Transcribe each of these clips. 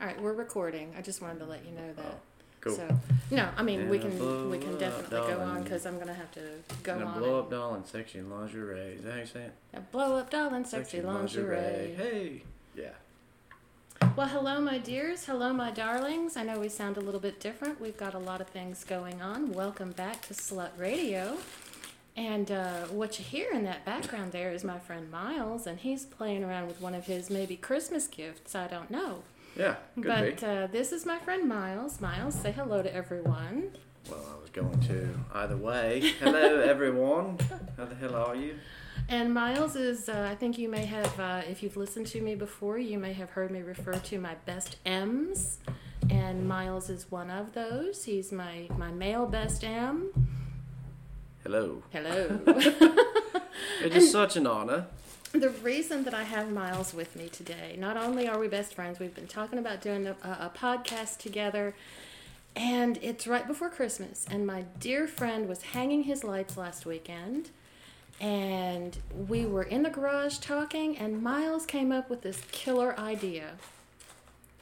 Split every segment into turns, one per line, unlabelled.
All right, we're recording. I just wanted to let you know that.
Oh, Cool.
So, no, I mean we
And a
can we can
blow-up
definitely go
doll
on
and-
because I'm gonna have to go
and a
on.
blow up doll in sexy lingerie. Is that how you say it?
and- a blow up doll in sexy lingerie.
Hey. Yeah.
Well, hello, my dears. Hello, my darlings. I know we sound a little bit different. We've got a lot of things going on. Welcome back to Slut Radio. And uh, what you hear in that background there is my friend Miles, and he's playing around with one of his maybe Christmas gifts. I don't know.
Yeah. Could
but
be.
uh, this is my friend Miles. Miles, say hello to everyone.
Well, I was going to. Either way. Hello, everyone. How the hell are you?
And Miles is, uh, I think you may have, uh, if you've listened to me before, you may have heard me refer to my best M's. And Miles is one of those. He's my, my male best M.
Hello.
Hello.
It is such an honor.
the reason that I have Miles with me today, not only are we best friends, we've been talking about doing a, a podcast together. And it's right before Christmas, and my dear friend was hanging his lights last weekend. And we were in the garage talking, and Miles came up with this killer idea.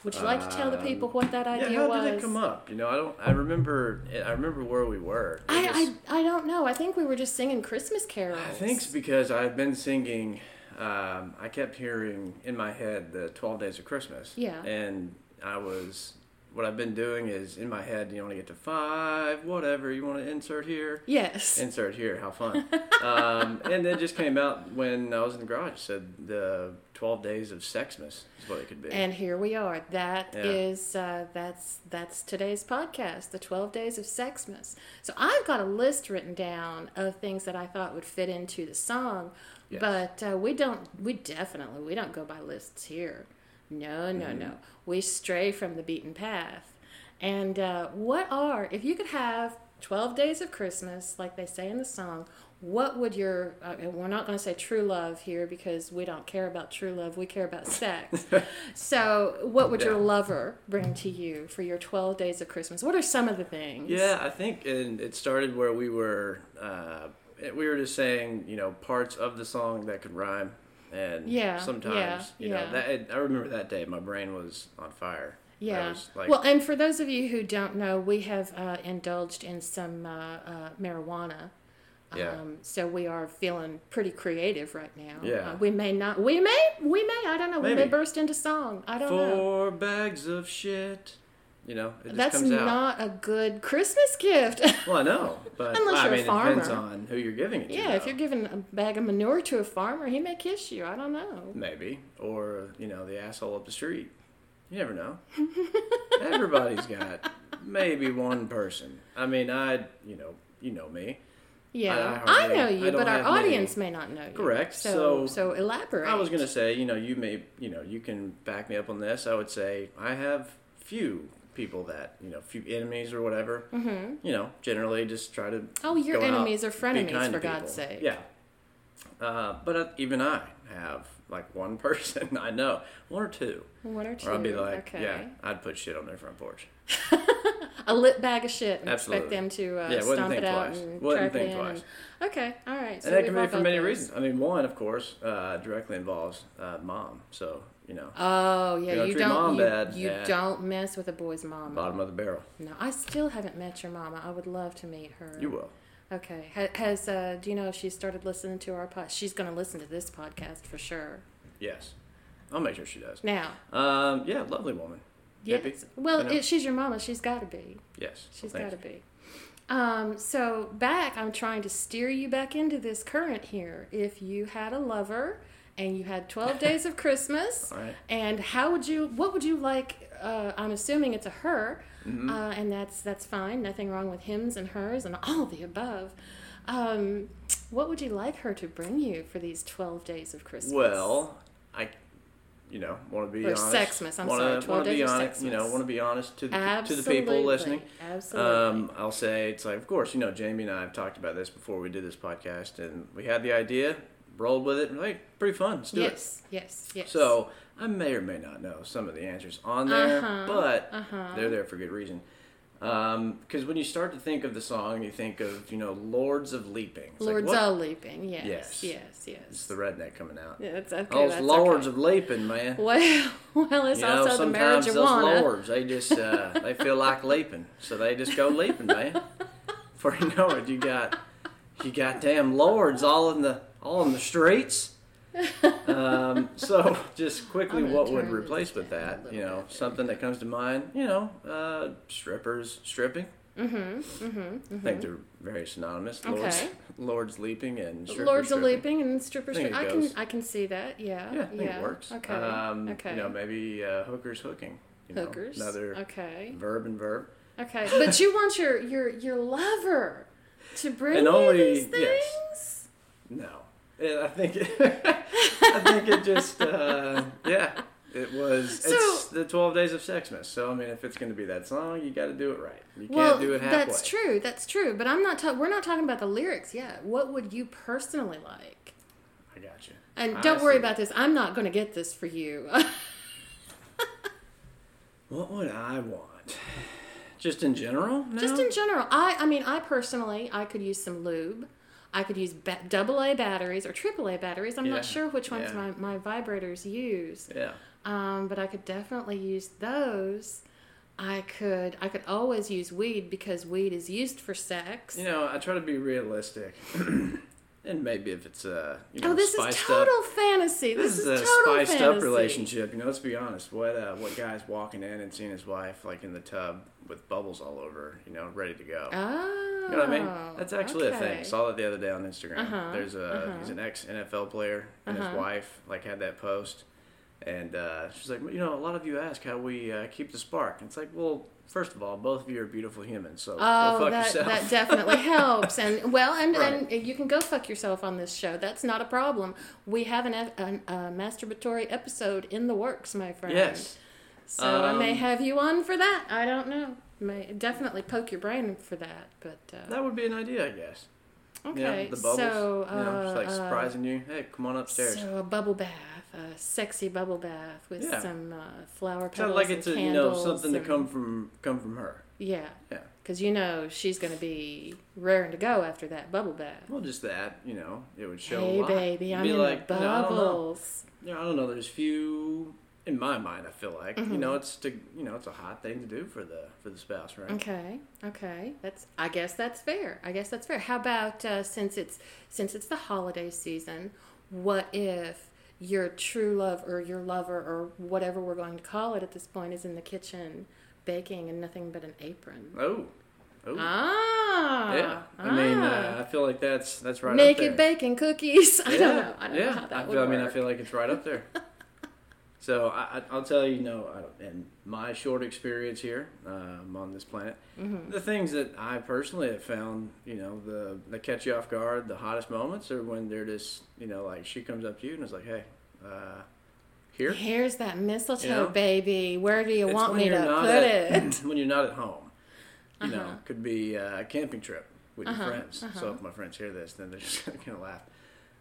Would you like to tell the
Um,
people what that idea
yeah. How
was?
did it come up? You know, I don't. I remember. I remember where we were. It just-
I, I I don't know. I think we were just singing Christmas carols.
I think it's because I've been singing. Um, I kept hearing in my head the Twelve Days of Christmas.
Yeah.
And I was. What I've been doing is in my head. You want to get to five, whatever you want to insert here.
Yes.
Insert here. How fun. um, and it just came out when I was in the garage. Said the Twelve Days of Sexmas is what it could be.
And here we are. That
Yeah.
is uh, that's that's today's podcast, the twelve days of Sexmas. So I've got a list written down of things that I thought would fit into the song,
Yes.
but uh, we don't. We definitely we don't go by lists here. No, no,
Mm-hmm.
no. We stray from the beaten path. And uh, what are if you could have twelve days of Christmas, like they say in the song? What would your? Uh, and we're not going to say true love here because we don't care about true love. We care about sex. So, what would your
Yeah.
lover bring to you for your 12 days of Christmas? What are some of the things?
Yeah, I think, and it started where we were. Uh, it- we were just saying, you know, parts of the song that could rhyme, and
Yeah,
sometimes,
yeah,
you
yeah.
know, that it, I remember that day. My brain was on fire. I
Yeah.
was like,
well, and for those of you who don't know, we have uh, indulged in some uh, uh, marijuana.
Yeah.
Um, so we are feeling pretty creative right now.
Yeah.
Uh, we may not. We may. We may. I don't know. We may
Maybe.
burst into song. I don't know.
four bags of shit. You know, it just
That's
comes out.
not a good Christmas gift.
Well, I know, but
Unless
I
you're a
mean, it depends
farmer.
on who you're giving it to.
yeah. If
though.
you're giving a bag of manure to a farmer, he may kiss you. I don't know.
maybe, or you know, the asshole up the street. You never know. Everybody's got maybe one person. I mean, I, you know, you know me.
Yeah,
I
I,
hardly-
know
I
you,
don't
but our
have many-
audience may not know you.
Correct,
So, so,
so-
elaborate.
I was gonna say, you know, you may, you know, you can back me up on this. I would say I have few people that, you know, few enemies or whatever. Mm-hmm. You know, generally just try to.
Oh, your
go out,
enemies are
be
frenemies,
kind to
for God's
people.
sake.
Yeah, uh, but uh, even I have like one person I know, one or two,
one or two.
or I'd be like,
okay.
yeah, I'd put shit on their front porch.
a lit bag of shit, and expect
Absolutely.
them to uh,
Yeah, wouldn't
stomp
think
it out
twice.
and
Wouldn't
track it
think
in.
twice.
and- okay, all right. So
and that
we've
can be
all
for
got
many
those.
reasons. I mean, one, of course, uh, directly involves uh, mom. So you know,
Oh yeah,
You don't
you
treat
don't
mom
you,
bad,
you
yeah.
don't mess with a boy's mom.
bottom of the barrel.
No, I still haven't met your mama. I would love to meet her.
You will.
Okay. Ha- Has uh, do you know if she started listening to our pod? She's going to listen to this podcast for sure.
Yes, I'll make sure she does.
Now,
Um, yeah, lovely woman.
yes.
Maybe. I
Well,
know.
it, she's your mama. She's got to be.
Yes.
She's
Thank
got to
you.
be. Um, so back, I'm trying to steer you back into this current here. If you had a lover and you had 12 days of Christmas,
All right.
and how would you? What would you like? Uh, I'm assuming it's a her,
Mm-hmm. Mm.
uh, and that's that's fine. Nothing wrong with hims and hers and all the above. Um, what would you like her to bring you for these 12 days of Christmas?
Well, I, you know, want to be
Or
honest.
Sexmas, I'm
wanna,
sorry, 12
wanna be
days of
honest, You know,
Sexmas.
want to be honest to the to the
absolutely,
people listening.
Absolutely.
Um, I'll say it's like, of course, you know, Jamie and I have talked about this before we did this podcast, and we had the idea, rolled with it, and like, pretty fun. Let's do it.
yes, yes, yes.
So I may or may not know some of the answers on there,
Uh-huh,
but
uh-huh.
they're there for good reason. Because when you start to think of the song, you think of you know Lords of Leaping. It's like,
Lords
what?
of Leaping. Yes.
Yes.
Yes. Yes.
It's the redneck coming out.
yeah, it's okay.
Oh, it's
that's
Lords
okay.
of Leaping, man.
Well, well, it's
you know,
also the
sometimes those
marijuana.
lords, they just uh, they feel like leaping, so they just go leaping, man. Before you know it, you got you got damn lords all in the all in the streets. Um, so just quickly,
I'm gonna
what would
turn this
replace with
down a
that?
little
You know,
bit.
something that comes to mind. You know, uh, strippers stripping. Mm-hmm, mm-hmm, I think they're very synonymous. Lords,
Okay.
lords leaping and strippers
Lords of
stripping.
Leaping and Stripper
I think
Strip.
it
I
goes.
can I can see that. Yeah.
Yeah, I think it works.
Okay.
Um,
okay.
You know, maybe uh, hookers hooking. You know,
Hookers.
another Mm.
okay.
verb and verb.
Okay. But you want your your your lover to bring
And
you
only-
these things.
yes. No, Yeah, I think it, I think it just uh, yeah. It was it's the twelve days of Sexmas. So I mean, if it's going to be that song, you got to do it right. You can't
Well,
do it halfway.
that's true. That's true. But I'm not. Ta- we're not talking about the lyrics yet. What would you personally like?
I got you.
And
I
don't worry
see.
about this. I'm not going to get this for you.
What would I want? Just in general? No?
Just in general, I I mean, I personally, I could use some lube. I could use ba- double A batteries or triple A batteries. I'm
Yeah,
not sure which ones
yeah.
my, my vibrators use,
yeah.
um, but I could definitely use those. I could I could always use weed because weed is used for sex.
You know, I try to be realistic. and maybe if it's uh, you know,
oh, this is
spiced up.
total fantasy.
This is a
total
spiced up
fantasy.
relationship. You know, let's be honest. What uh, what guy's walking in and seeing his wife like in the tub with bubbles all over? You know, ready to go.
Oh,
you know what I mean? That's actually a thing.
okay.
Saw that the other day on Instagram.
Uh-huh,
There's a he's an ex NFL player and his
Uh-huh.
wife like had that post, and uh, she's like, you know, a lot of you ask how we uh, keep the spark. And it's like, well, first of all, both of you are beautiful humans, so go
Oh,
fuck
that,
yourself.
that definitely helps. And well, and,
Right.
and you can go fuck yourself on this show. That's not a problem. We have an, ep- an a masturbatory episode in the works, my friend.
yes.
So I may
Um,
have you on for that. I don't know. May definitely poke your brain for that. But uh,
That would be an idea, I guess.
okay,
Yeah, the bubbles.
so
you know,
uh,
it's like
uh,
surprising you. Hey, come on upstairs.
So a bubble bath, a sexy bubble bath with
Yeah.
some uh, flower
Sounds
petals
like
and
it's a, you know
candles.
something to
and-
come from come from her.
Yeah,
Yeah.
because you know she's going to be raring to go after that bubble bath.
Well, just that you know it would show. a
Hey
lot.
baby,
You'd
I'm
be
in
like,
the
you know, I don't know.
bubbles.
You know, I don't know. There's few in my mind. I feel like
Mm-hmm.
you know it's to you know it's a hot thing to do for the for the spouse, right?
Okay, okay. That's I guess that's fair. I guess that's fair. How about uh, since it's since it's the holiday season, what if your true love or your lover or whatever we're going to call it at this point is in the kitchen baking in nothing but an apron?
Oh, oh,
Ah,
yeah. I mean,
Uh, ah.
uh, I feel like that's that's right.
make
up there.
it baking cookies. I don't know. I don't
yeah.
know how that
I
would
feel, I mean, I
work.
feel like it's right up there. so I, I, I'll tell you, you know, I don't- in my short experience here um, on this planet,
Mm-hmm.
the things that I personally have found, you know, the the catch you off guard, the hottest moments are when they're just, you know, like she comes up to you and is like, "Hey, uh, here."
Here's that mistletoe,
You know?
baby. Where do you
It's
want
when
me to
you're not
put
at-
it?
when you're not at home. You know,
Uh-huh.
could be uh, a camping trip with your
Uh-huh,
friends. So
uh-huh.
if my friends hear this, then they're just gonna laugh.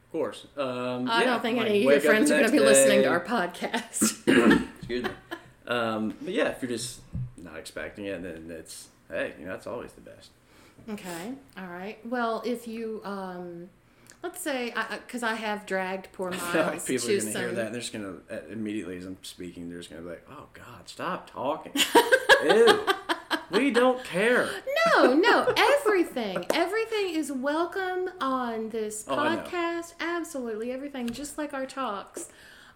Of course. Um,
I
yeah,
don't think
like,
any of
wake
your
up the
friends are going
next
to be listening
day.
to our podcast.
Excuse me. Um, but yeah, if you're just not expecting it, then it's hey, you know, that's always the best.
Okay. All right. Well, if you, um, let's say, because I, have dragged poor
I
Miles
feel like people are
to
gonna
some.
hear that. And they're just gonna uh, immediately as I'm speaking, they're just gonna be like, "Oh God, stop talking." Ew. We don't care.
No, no. Everything, everything is welcome on this
Oh, I know.
podcast. Absolutely everything, just like our talks.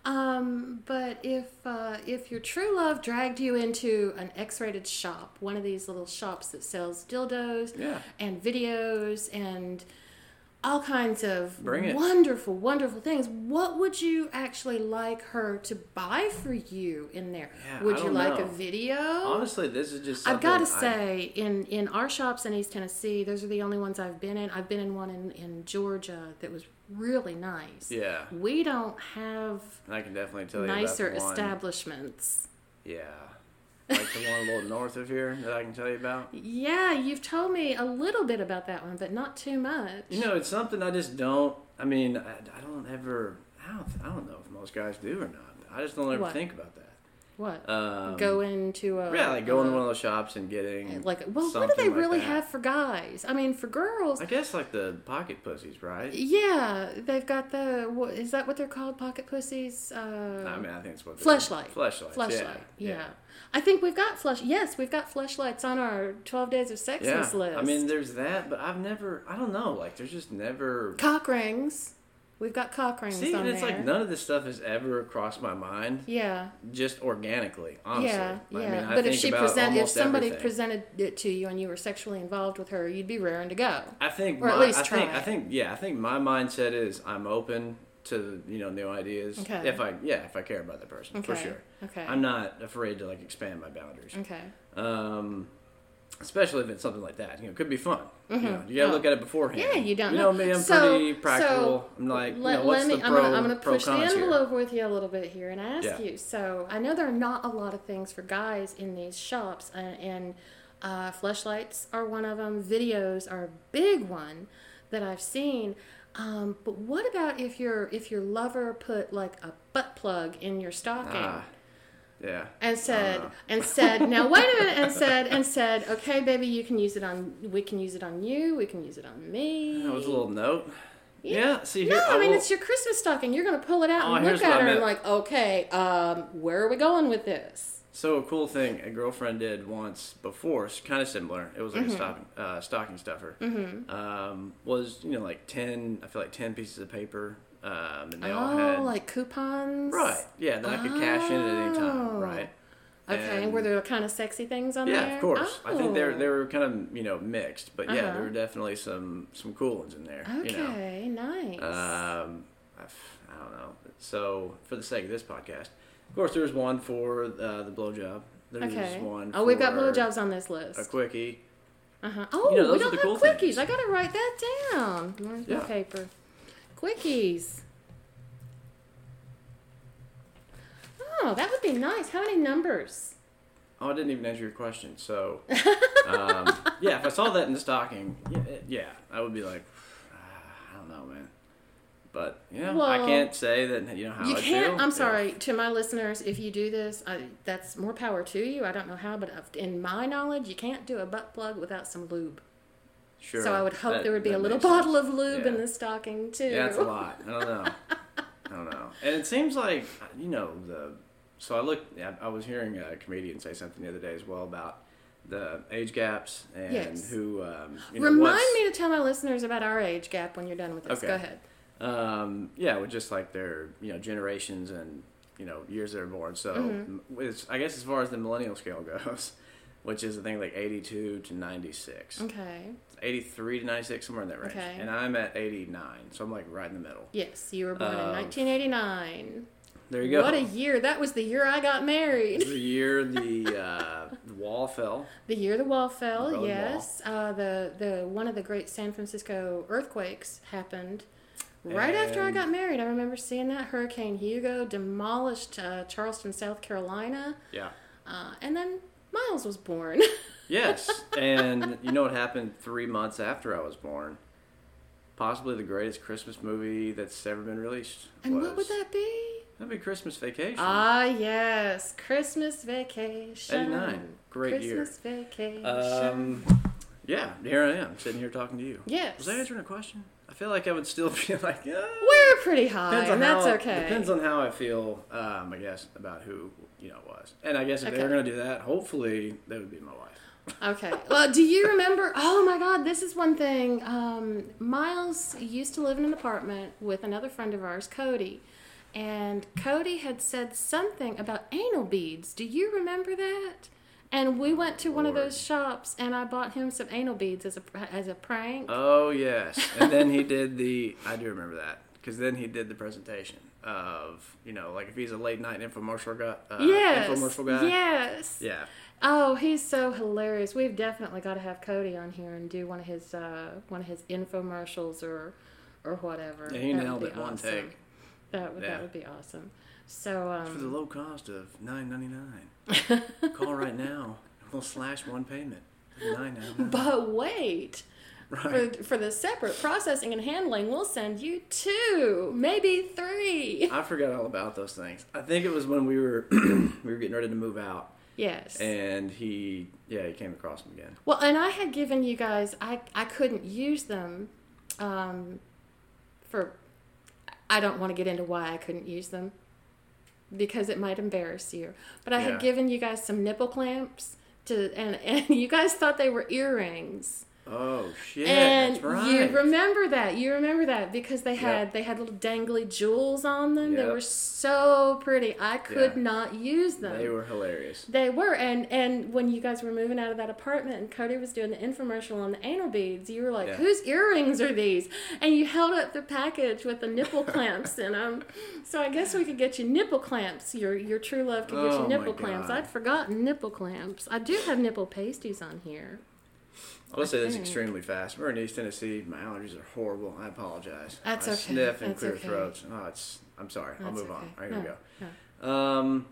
Um, but if uh, if your true love dragged you into an X-rated shop, one of these little shops that sells dildos,
Yeah.
and videos and all kinds of
Bring it.
wonderful, wonderful things. What would you actually like her to buy for you in there?
Yeah, I
would you
don't
like
know.
a video?
Honestly, this is just.
I've got to
something I-
say, in, in our shops in East Tennessee, those are the only ones I've been in. I've been in one in, in Georgia that was really nice.
yeah,
We don't have
I can definitely tell you about
nicer
the one-
establishments.
Yeah, like the one a little north of here that I can tell you about.
Yeah, you've told me a little bit about that one, but not too much.
You know, it's something I just don't. I mean, I, I don't ever. I don't. I don't know if most guys do or not. I just don't ever
What?
think about that.
What?
Um,
go into a
yeah, like going
a-
to one of those shops and getting
like well, what do
something
they
like
really
that.
have for guys? I mean, for girls,
I guess like the pocket pussies, right?
yeah, they've got the wha- is that what they're called? Pocket pussies. Uh,
I mean, I think it's what
Fleshlight.
flashlight,
Fleshlight. Yeah. I think we've got flesh. Yes, we've got fleshlights on our 12 days of sex
Yeah,
list.
I mean, there's that, but I've never, I don't know, like, there's just never.
cock rings. We've got cock rings
See,
on
and it's
there.
like none of this stuff has ever crossed my mind,
yeah,
just organically, honestly.
yeah,
I
yeah.
mean, I
but if
think
she
about
present, if
almost
somebody
everything.
presented it to you and you were sexually involved with her, you'd be raring to go.
I think,
or at
my,
least
I think,
try
I
it.
think, yeah, I think my mindset is I'm open to you know new ideas.
Okay.
If I, yeah, if I care about that person, for
Okay,
sure.
okay.
I'm not afraid to like expand my boundaries.
Okay.
um, especially if it's something like that. You know, it could be fun. You, know, you gotta
Oh.
look at it beforehand.
Yeah, you don't
You
know.
know me. I'm
So-
pretty practical.
so
I'm like, you
Let,
know, what's
let me.
the
I'm
pro,
gonna, I'm gonna
pro
push the
cons here?
envelope with you a little bit here and ask
Yeah.
you. So I know there are not a lot of things for guys in these shops, and, and uh, fleshlights are one of them. Videos are a big one that I've seen. Um, but what about if your if your lover put like a butt plug in your stocking?
Ah, yeah.
and said
Uh.
and said now wait a minute and said and said okay baby you can use it on we can use it on you we can use it on me
That was a little note. Yeah. see here.
no i mean
will-
it's your christmas stocking you're gonna pull it out
Oh,
and
here's
look
what
at
I
her and
meant.
like okay um where are we going with this
So a cool thing a girlfriend did once before, kind of similar. It was like
Mm-hmm.
a stocking, uh, stocking stuffer. Mm-hmm. Um, was you know like ten, I feel like ten pieces of paper, um, and they all
oh
had
like coupons
right, yeah. Then I could cash in at any time,
Oh.
right?
okay
And-
were there kind of sexy things on
Yeah,
there
of course. I think they're
Oh.
they were kind of you know mixed, but yeah,
Uh-huh.
there were definitely some some cool ones in there. You know,
okay nice
um, I, f- I don't know. So for the sake of this podcast, of course, there's one for uh, the blowjob. There's
okay
one.
oh we've got
for
blowjobs on this list
A quickie.
Uh-huh. Oh,
You know,
we
those are
don't
the
have
cool
quickies.
things.
I gotta write that down. Where's my
Yeah.
paper? Quickies. Oh, that would be nice. How many numbers?
Oh, I didn't even answer your question. So, um, yeah, if I saw that in the stocking, yeah, it- yeah, I would be like, ah, I don't know, man. But you know, I
Well,
can't say that you know how
you
I
can't.
feel.
I'm
Yeah.
sorry to my listeners. If you do this, I, that's more power to you. I don't know how, but of- in my knowledge, you can't do a butt plug without some lube.
Sure.
So I would hope
That-
there would be a
that
little
makes sense.
bottle of lube in
Yeah.
the stocking too.
Yeah, that's a lot. I don't know. I don't know. And it seems like you know the. So I looked. I- I was hearing a comedian say something the other day as well about the age gaps and
Yes.
who. Um, you know,
Remind
what's-
me to tell my listeners about our age gap when you're done with this.
Okay.
Go ahead.
Um, yeah, with just like their you know generations and you know years they were born. So
Mm-hmm.
it's, I guess as far as the millennial scale goes, which is I think like eighty two to ninety six.
Okay.
83 to 96 somewhere in that range
Mm. Okay.
and i'm at 89 so i'm like right in the middle
Yes, you were born in
Um,
1989.
there you go
What a year. That was the year I got married.
the year the uh, the wall fell.
The year the wall fell,
The road
yes. Uh, the, the One of the great San Francisco earthquakes happened right after I
And-
got married. I remember seeing that. Hurricane Hugo demolished uh, Charleston, South Carolina.
Yeah.
Uh, and then Miles was born.
Yes. and you know what happened three months after I was born? Possibly the greatest Christmas movie that's ever been released.
and
was,
what would that be?
That'd be Christmas Vacation.
Ah, yes. Christmas Vacation.
89. Great year.
Christmas Vacation.
um, yeah. Here I am sitting here talking to you.
yes.
Was I answering a question? I feel like I would still be like, yeah.
We're pretty high,
Depends on
and that's
how,
okay.
Depends on how I feel, um, I guess, about who you know was, and I guess if they were
Okay.
gonna do that, hopefully that would be my wife.
Okay. Well, do you remember? Oh my God, this is one thing. Um, Miles used to live in an apartment with another friend of ours, Cody, and Cody had said something about anal beads. Do you remember that? And we went to one of
Lord.
those shops, and I bought him some anal beads as a as a prank.
Oh yes, and then he did the. I do remember that because then he did the presentation of you know like if he's a late night infomercial guy. Uh,
yes.
Infomercial guy.
Yes.
Yeah.
Oh, he's so hilarious. We've definitely got to have Cody on here and do one of his uh, one of his infomercials or or whatever.
Yeah, he
That would
nailed
be
it one
awesome.
take.
That would
Yeah.
that would be awesome. So
For the
um,
low cost of nine ninety nine, call right now. We'll slash one payment. Nine ninety nine.
but wait.
Right.
For, for the separate processing and handling, we'll send you two, maybe three.
I forgot all about those things. I think it was when we were we were getting ready to move out,
Yes.
and he yeah he came across them again.
Well, and I had given you guys, I, I couldn't use them um, for, I don't want to get into why I couldn't use them because it might embarrass you. But I
Yeah.
had given you guys some nipple clamps to, and, and you guys thought they were earrings.
Oh shit!
and
that's right.
you remember that. You remember that because they had,
Yep.
they had little dangly jewels on them. They
Yep.
were so pretty. I could
Yeah.
not use them.
They were hilarious.
They were, and and when you guys were moving out of that apartment, and Cody was doing the infomercial on the anal beads, you were like,
Yeah.
"Whose earrings are these?" And you held up the package with the nipple clamps in them. So I guess we could get you nipple clamps. Your your true love could get
Oh,
you
my
nipple clamps.
God.
I'd forgotten nipple clamps. I do have nipple pasties on here.
Let's say this
think.
extremely fast. We're in East Tennessee. My allergies are horrible. I apologize.
That's
I
okay.
Sniff and
That's
clear
okay.
throats. Oh, it's. I'm sorry. I'll
That's
move on.
okay.
All right, here
No,
we go. Um,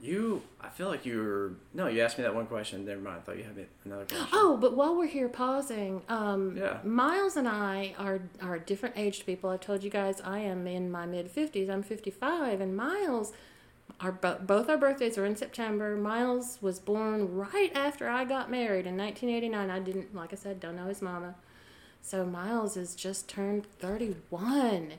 you. I feel like you were. No, you asked me that one question. Never mind. I thought you had me- another question.
Oh, but while we're here pausing, um,
Yeah.
Miles and I are are different aged people. I told you guys I am in my mid fifties. I'm fifty five, and Miles, our bo- both our birthdays are in September. Miles was born right after I got married in 1989. I didn't, like I said, don't know his mama. So Miles has just turned 31,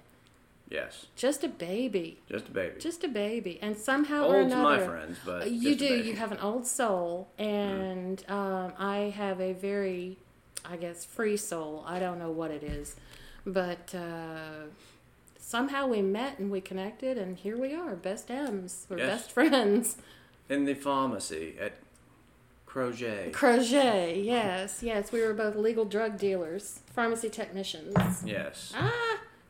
Yes,
just a baby,
just a baby.
just a baby, and somehow or
Old to
another, Uh,
my friends, but
you
just a
do.
baby.
You have an old soul,
Mm-hmm.
and um, I have a very, I guess, free soul. I don't know what it is, but uh, somehow we met and we connected, and here we are, best M's. We're
Yes.
best friends.
in the pharmacy at Crochet.
Crochet, yes, yes. We were both legal drug dealers, pharmacy technicians.
yes.
Ah,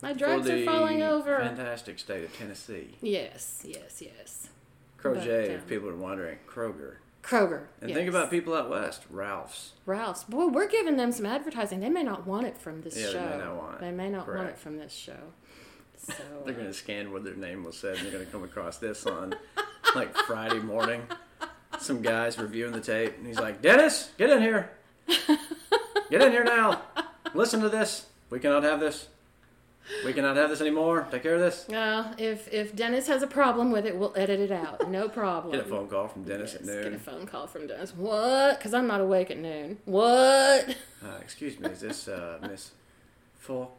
my
For
drugs are
the
falling over.
Fantastic state of Tennessee.
Yes, yes, yes.
Crochet,
But,
if
um,
people are wondering, Kroger.
Kroger.
And think
yes.
about people out west, Ralph's.
Ralph's. Boy, we're giving them some advertising. They may not want it from this
Yeah, they
show.
may not want it.
They may not want
Correct.
it from this show. So uh,
They're going to scan what their name was said, and they're going to come across this on like Friday morning. Some guys reviewing the tape, and he's like, "Dennis, get in here, get in here now. Listen to this. We cannot have this. We cannot have this anymore. Take care of this."
uh, if if Dennis has a problem with it, we'll edit it out. No problem.
Get a phone call from Dennis at
Yes, Get a
noon.
phone call from Dennis. What? Because I'm not awake at noon. What?
Uh, excuse me, is this uh, Miss Fork?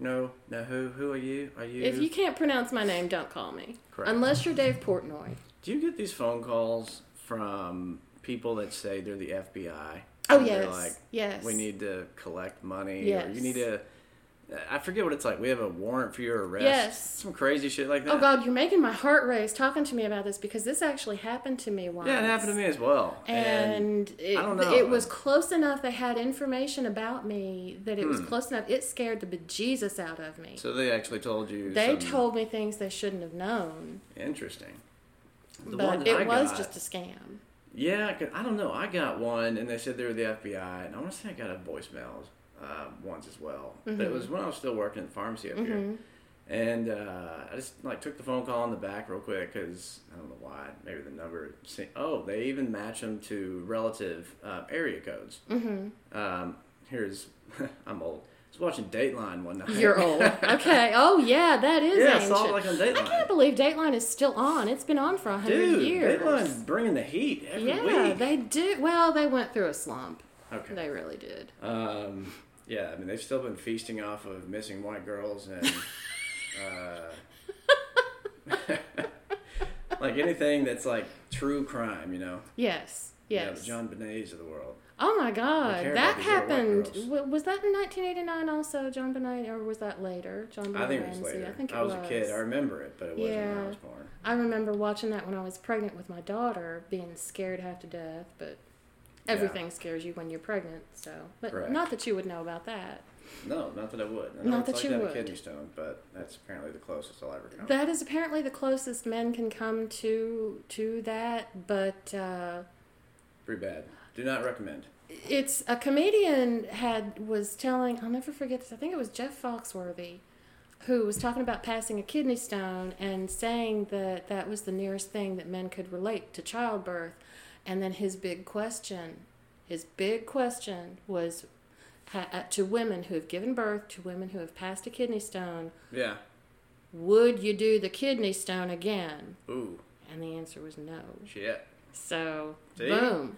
No, no. Who? Who are you? Are you?
If you can't pronounce my name, don't call me.
Correct.
Unless you're Dave Portnoy.
Do you get these phone calls from people that say they're the FBI?
Oh
And they're
yes,
like,
yes.
we need to collect money or you
Yes.
need to i forget what it's like we have a warrant for your arrest
Yes.
some crazy shit like that
Oh God, you're making my heart race talking to me about this because this actually happened to me once.
yeah it happened to me as well
and it,
I don't know.
it was close enough they had information about me that it was close enough it scared the bejesus out of me
Hmm. so they actually told you
they
some-
told me things they shouldn't have known
interesting the
but
one that
it
I
was
got,
just a scam
yeah 'cause I don't know I got one and they said they were the FBI and I want to say I got a voicemail uh, once as well but it was
Mm-hmm.
when I was still working in the pharmacy up here and uh, I just like took the phone call in the back real quick because I don't know why maybe the number se- oh they even match them to relative uh, area codes mm-hmm. um, here's I'm old I was watching Dateline one night
you're old okay oh yeah that is
yeah I
ancient.
saw it like on
I
Dateline
can't believe Dateline is still on. It's been on for a hundred
dude
years.
Dateline's bringing the heat every
yeah,
week
they do. Well, they went through a slump.
okay
They really did.
Um, yeah, I mean they've still been feasting off of missing white girls and uh, like anything that's like true crime, you know.
Yes,
You know,
yes.
the John Benets of the world.
Oh my God,
care
that
about these little white
happened.
girls.
W- was that in 1989 also, John Benet, or was that later? John Benet
I think it was
Ramsey.
later.
I think it
was, a kid. I remember it, but it wasn't when I
Yeah.
was born.
I remember watching that when I was pregnant with my daughter, being scared half to death. But everything scares you when you're pregnant, so. But
Correct.
not that you would know about that.
No, not that I would. I know
Not
it's
that
like
you
that in
would.
Kidney Stone, but that's apparently the closest I'll ever come.
That is apparently the closest men can come to to that, but. Uh,
Pretty bad. Do not recommend.
it's a comedian had was telling I'll never forget this. I think it was Jeff Foxworthy who was talking about passing a kidney stone and saying that that was the nearest thing that men could relate to childbirth. And then his big question, his big question was ha- uh, to women who have given birth, to women who have passed a kidney stone,
Yeah.
would you do the kidney stone again?
Ooh.
And the answer was no.
Shit.
So,
See?
boom.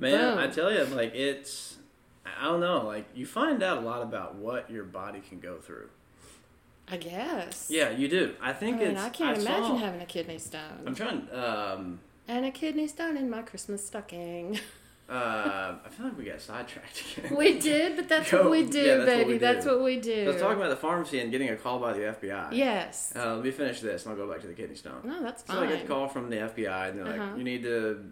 Man,
Boom.
I tell you, like it's, I don't know, like you find out a lot about what your body can go through.
I guess.
Yeah, you do. I
I
think
mean,
it's.
I can't
saw-
imagine having a kidney stone.
I'm trying. Um,
and a kidney stone in my Christmas stocking.
uh, I feel like we got sidetracked again.
we did, but that's
Yo,
what we do,
yeah, that's what
baby.
we
That's
do.
what we do.
Let's talk about the pharmacy and getting a call by the FBI.
Yes.
Uh, let me finish this, and I'll go back to the kidney stone.
no, that's
So I
fine.
get a call from the FBI, and they're like,
Uh-huh.
"You need to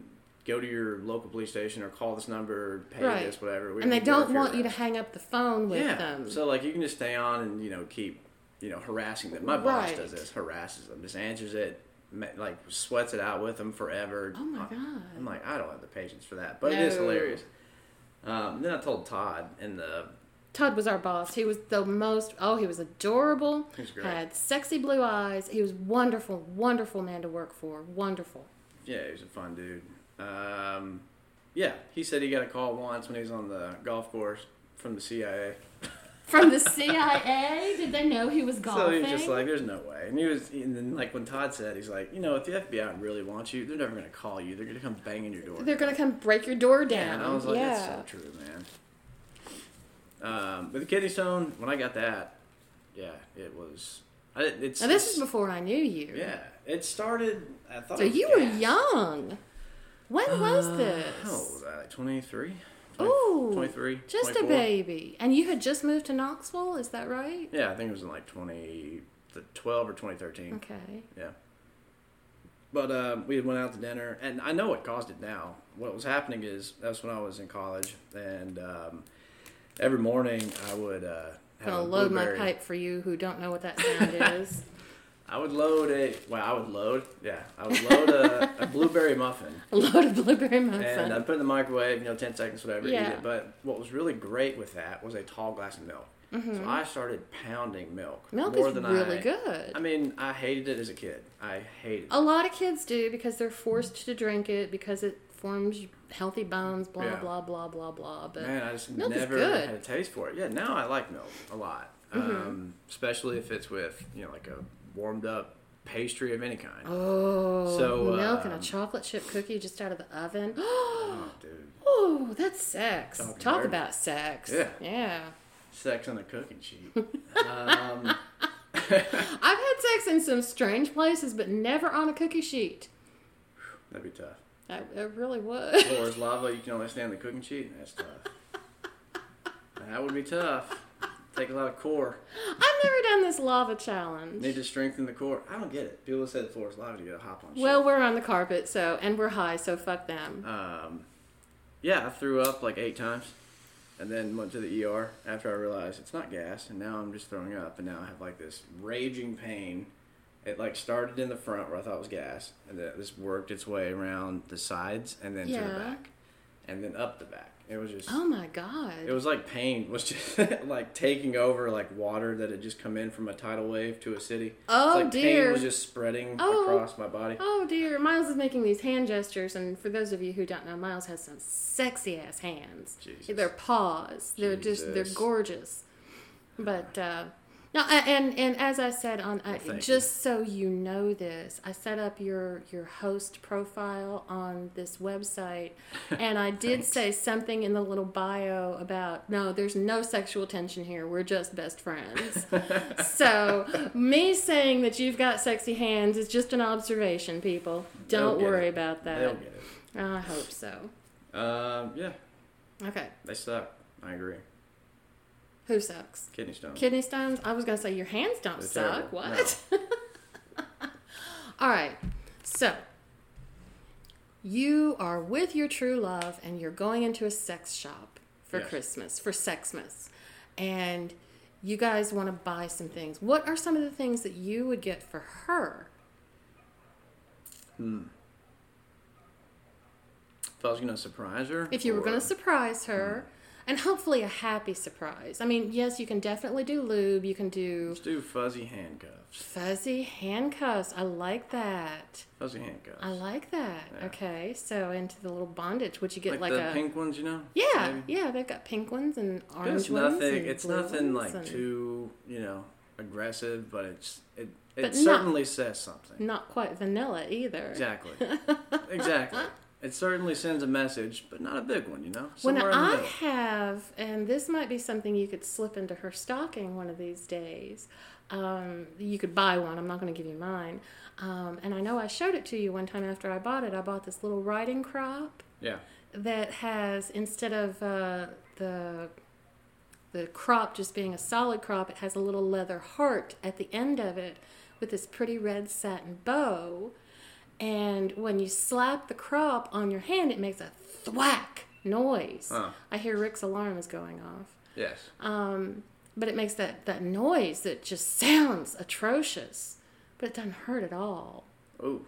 go to your local police station or call this number, pay
Right.
this, whatever." We
and they
can work
don't
your-
want you to hang up the phone with
yeah.
them.
So like, you can just stay on and you know keep you know harassing them. My boss
Right.
does this, harasses them, just answers it, ma- like sweats it out with them forever.
oh my god.
I'm like, I don't have the patience for that, but it is
No.
hilarious. Um, then I told Todd in the
Todd was our boss. He was the most. Oh, he was adorable.
He's great.
Had sexy blue eyes. He was wonderful, wonderful man to work for. Wonderful.
Yeah, he was a fun dude. Um, yeah, he said he got a call once when he was on the golf course from the CIA.
From the CIA, did they know he was
So he
golfing?
was just like, "There's no way." And he was, and then like when Todd said, he's like, "You know, if the FBI really wants you, they're never gonna call you. They're gonna come banging your door."
They're gonna come break your door down.
And I was like,
yeah.
"That's so true, man." Um, but the kidney stone, when I got that, yeah, it was. I, didn't- it's
Now this is before I knew you.
Yeah, it started. I thought.
So
it was
you were
gas.
young. When was
Uh, How old was
this?
I? 23?
Ooh,
23?
Just
24?
a baby. And you had just moved to Knoxville, is that right?
Yeah, I think it was in like 2012 or 2013.
Okay.
Yeah. But um, we went out to dinner, and I know what caused it now. What was happening is that's when I was in college, and um, every morning I would uh, have
Gonna
a
load my
blueberry.
pipe for you who don't know what that sound is.
I would load a well, I would load yeah, I would load a, a blueberry muffin,
A load of blueberry
and uh,
muffin.
I'd put it in the microwave, you know, ten seconds, whatever, eat
Yeah.
it. But what was really great with that was a tall glass of milk. So I started pounding milk.
Mm-hmm. Milk
more
is
than
really
I,
good.
I mean, I hated it as a kid. I hated
a
it.
lot of kids do because they're forced to drink it because it forms healthy bones, blah,
Yeah.
blah, blah, blah, blah. But
Man, I just
milk is
never
good. Mm-hmm.
had a taste for it. Yeah, now I like milk a lot, um, especially if it's with you know like a warmed up pastry of any kind.
oh,
So,
milk and
um,
a chocolate chip cookie just out of the oven.
Oh, dude,
Oh, that's sex.
Talking
Talk
dirty.
about sex.
Yeah.
Yeah.
sex on the cooking sheet. um,
I've had sex in some strange places, but never on a cookie sheet.
that'd be tough.
I, I really would.
Or is lava you can only stay on the cooking sheet? That's tough. that would be tough. Take a lot of core.
I've never done this lava challenge.
Need to strengthen the core. I don't get it. People that say the floor is lava, you gotta hop on. shit.
Well, we're on the carpet, so and we're high, so fuck them.
Um, yeah, I threw up like eight times, and then went to the ER after I realized it's not gas, and now I'm just throwing up, and now I have like this raging pain. It like started in the front where I thought it was gas, and then this worked its way around the sides, and then to the
Yeah.
back, and then up the back. It was just.
Oh my god.
It was like pain was just like taking over like water that had just come in from a tidal wave to a city.
Oh,
it's like Pain
dear.
was just spreading
Oh.
across my body.
oh dear. Miles is making these hand gestures, and for those of you who don't know, Miles has some sexy ass hands.
Jesus.
They're paws. They're just they're
Jesus.
gorgeous. But uh, no, I, and and as I said on, I,
thank you.
just so you know this, I set up your your host profile on this website, and I did
Thanks.
say something in the little bio about no, there's no sexual tension here. We're just best friends. so me saying that you've got sexy hands is just an observation, people.
They'll
Don't
get
worry
it.
about
They'll
that.
get it.
I hope so.
Um, yeah,
Okay,
they suck. I agree.
who sucks?
Kidney stones.
Kidney stones? I was going to say your hands don't
They're
suck.
terrible.
What? All right. So, you are with your true love and you're going into a sex shop for
Yes.
Christmas, for Sexmas. And you guys want to buy some things. What are some of the things that you would get for her?
if I was gonna surprise her,
If you were
or-
going to surprise her, and hopefully a happy surprise. I mean, yes, you can definitely do lube. You can do
Let's do fuzzy handcuffs.
fuzzy handcuffs. I like that.
Fuzzy handcuffs.
I like that.
Yeah.
Okay, so into the little bondage, which you get
like,
like,
the
a
pink ones, you know?
yeah,
Maybe.
yeah. They've got pink ones and orange
it's
ones.
nothing.
and
It's
blue
nothing
ones
like
and
too, you know, aggressive, but it's it. It
But not-
certainly says something.
Not quite vanilla either.
Exactly. exactly. It certainly sends a message, but not a big one, you know.
When
Somewhere in the
I
middle.
have, and this might be something you could slip into her stocking one of these days. Um, you could buy one. I'm not going to give you mine. Um, and I know I showed it to you one time after I bought it. I bought this little riding crop
yeah,
that has instead of uh, the the crop just being a solid crop, it has a little leather heart at the end of it with this pretty red satin bow. And when you slap the crop on your hand, it makes a thwack noise.
Huh.
I hear Rick's alarm is going off.
yes,
Um, but it makes that, that noise that just sounds atrocious, but it doesn't hurt at all.
oh,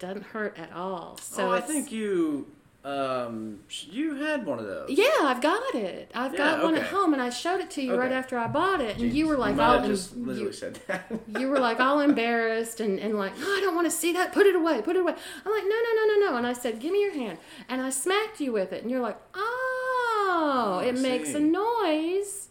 Doesn't hurt at all. So
oh, I
it's-
think you, um, sh- you had one of those.
Yeah, I've got it. I've
Yeah,
got one at
okay.
home, and I showed it to you right
Okay.
after I bought it, and you
Jeez,
were like,
might have
all em-
just literally
you,
said that.
you were like all embarrassed and, and like, no, I don't want to see that. Put it away. Put it away. I'm like, no, no, no, no, no. And I said, give me your hand, and I smacked you with it, and you're like, oh,
Oh, I
it makes a
see.
noise,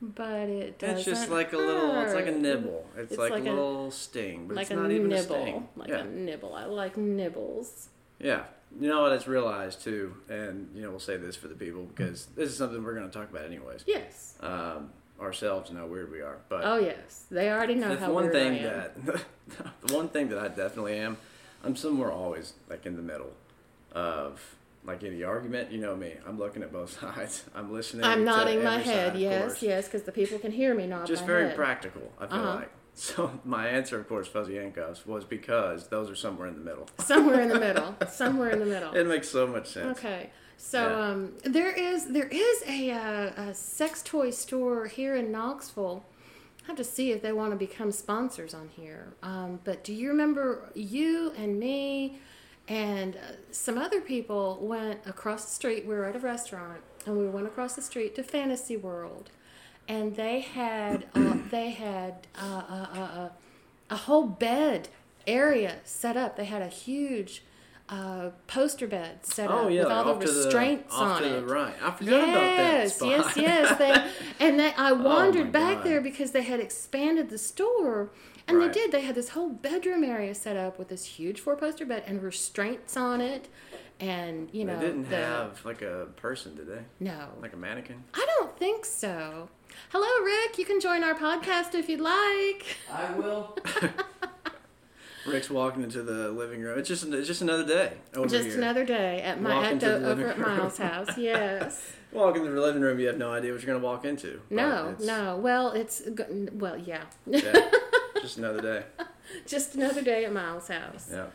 but it doesn't.
It's just like a little. It's like a
hurt."
nibble. It's,
It's
like,
like a-
a little sting, but
Like
it's
a
not
nibble,
even a sting.
like
yeah.
a nibble. I like nibbles.
Yeah. You know what it's realized too, and you know we'll say this for the people because this is something we're going to talk about anyways.
Yes.
Um, ourselves and how weird we are, but
Oh yes, they already know
that's
how
one
weird I
thing
am.
that the one thing that I definitely am. I'm somewhere always like in the middle of like any argument. You know me. I'm looking at both sides. I'm listening.
I'm
to
nodding
every
my
side,
head,
of
yes,
course.
yes, because the people can hear me nod
Just
my
very
head.
practical. I feel
Uh-huh.
like. So my answer, of course, fuzzy handcuffs, was because those are somewhere in the middle.
Somewhere in the middle. Somewhere in the middle.
It makes so much sense.
Okay. So
Yeah.
um, there is there is a, uh, a sex toy store here in Knoxville. I have to see if they want to become sponsors on here. Um, but do you remember you and me and uh, some other people went across the street? We were at a restaurant and we went across the street to Fantasy World, and they had uh, they had uh, uh, uh, uh, a whole bed area set up. They had a huge uh, poster bed set up
Oh yeah,
with all
like, off
the
to
restraints
off
on
to
it.
the right. I forgot
Yes,
about that
yes,
spot. Oh,
yes. They, and they, I wandered
my
back
God.
there because they had expanded the store, and
Right.
they did. They had this whole bedroom area set up with this huge four-poster bed and restraints on it, and you know
they didn't
the-
have like a person, did they?
no.
Like a mannequin?
I don't think so. Hello, Rick. You can join our podcast if you'd like.
I will.
Rick's walking into the living room. It's just it's just another day over
Just
here.
another day at my
Walk
at
into
the,
the
over
living
at
room.
Miles' house. Yes.
Walk into the living room, you have no idea what you're gonna walk into. but
No,
it's-
no. Well, it's go- well, yeah.
yeah, just another day.
Just another day at Miles' house.
Yeah.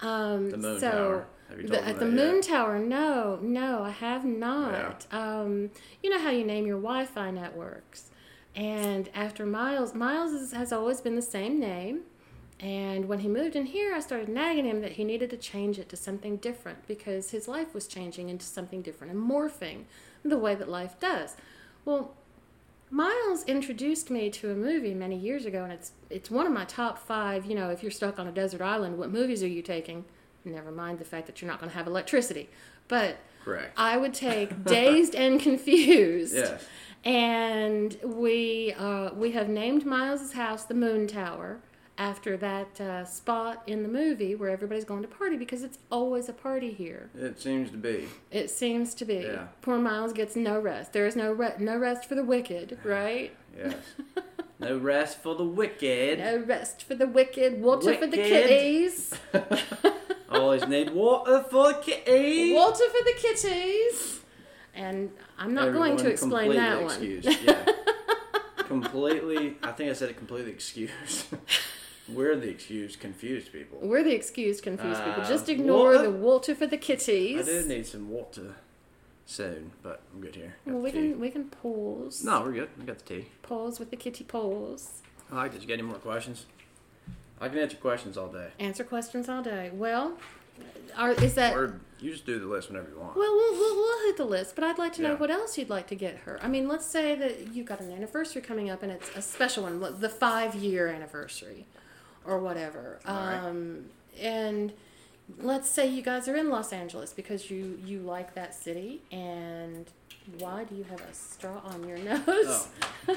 Um,
The moon
so
tower. Have you
the-
told
at the
them that
Moon
yet?
Tower, no, no, I have not. Um, you know how you name your Wi-Fi networks, and after Miles, Miles is, has always been the same name. And when he moved in here, I started nagging him that he needed to change it to something different because his life was changing into something different and morphing the way that life does. Well, Miles introduced me to a movie many years ago, and it's it's one of my top five. You know, if you're stuck on a desert island, what movies are you taking? Never mind the fact that you're not going to have electricity, but
Correct.
I would take Dazed and Confused.
Yes.
And we uh, we have named Miles's house the Moon Tower after that uh, spot in the movie where everybody's going to party because it's always a party here.
It seems to be.
It seems to be.
Yeah.
Poor Miles gets no rest. There is no re- no rest for the wicked, right?
Yes. no rest for the wicked.
No rest for the wicked. Water for the
Wicked.
kitties.
Always need water for the kitty.
Water for the kitties. And I'm not going to explain that one.
one. Yeah. completely. I think I said it completely excused. We're the excused, confused people.
We're the excused, confused people.
Uh,
Just ignore
water?
the water for the
I
kitties.
do need some water soon, but I'm good here. Got
Well,
the
we
tea.
can we can pause.
No, we're good. I got the tea.
Pause with the kitty pause.
I like this. You got any more questions? I can answer questions all day.
Answer questions all day. Well, Are, is that
Or you just do the list whenever you want.
well, we'll, we'll, we'll hit the list, but I'd like to know
Yeah.
what else you'd like to get her. I mean, let's say that you've got an anniversary coming up and it's a special one, like the five year anniversary or whatever.
All right.
Um, and let's say you guys are in Los Angeles because you, you like that city. And why do you have a straw on your nose?
Oh,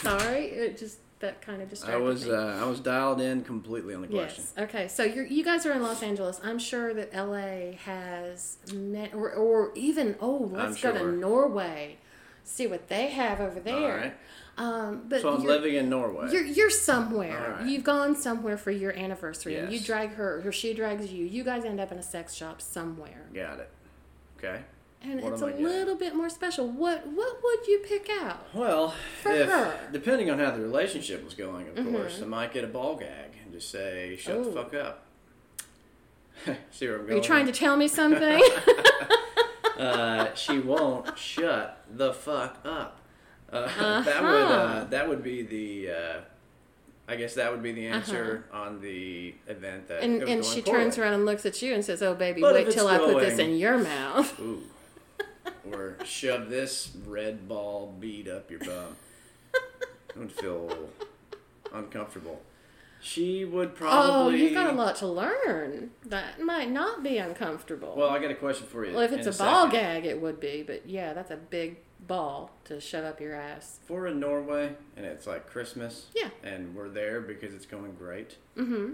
Sorry, it just that kind of
I
distracted
was
me.
uh, I was dialed in completely on the question.
Yes. Okay. So you you guys are in Los Angeles. I'm sure that LA has met, or or even oh
I'm
let's go
sure.
to Norway, see what they have over there.
All right.
Um, but
So I'm
you're,
living in Norway.
you're you're somewhere.
All right.
You've gone somewhere for your anniversary. and You
Yes.
drag her, or she drags you. You guys end up in a sex shop somewhere,
Got it. Okay.
and
What
it's a
am I getting?
little bit more special. What what would you pick out?
Well,
For
if,
her. Mm-hmm.
depending on how the relationship was going, of course, I might get a ball gag and just say, "Shut the
Ooh.
fuck up." See where I'm
Are
going?
you trying to tell me something?
uh, she won't shut the fuck up. Uh, That would uh,
Uh-huh.
that would be the. Uh, I guess that would be the answer on the event
Uh-huh.
that it
and
was
and
going
she
poorly.
turns around and looks at you and says, "Oh baby,
But if
wait
it's
till I put this
going-
in your mouth."
Ooh. or shove this red ball bead up your bum. I would feel uncomfortable. She would
Oh,
probably.
you've got a lot to learn. That might not be uncomfortable.
Well, I got a question for you.
Well, if
in
it's a, ball
second.
gag, it would be, but yeah, that's a big ball to shove up your ass.
If we're in Norway and it's like Christmas.
Yeah.
And we're there because it's going great.
Mm-hmm.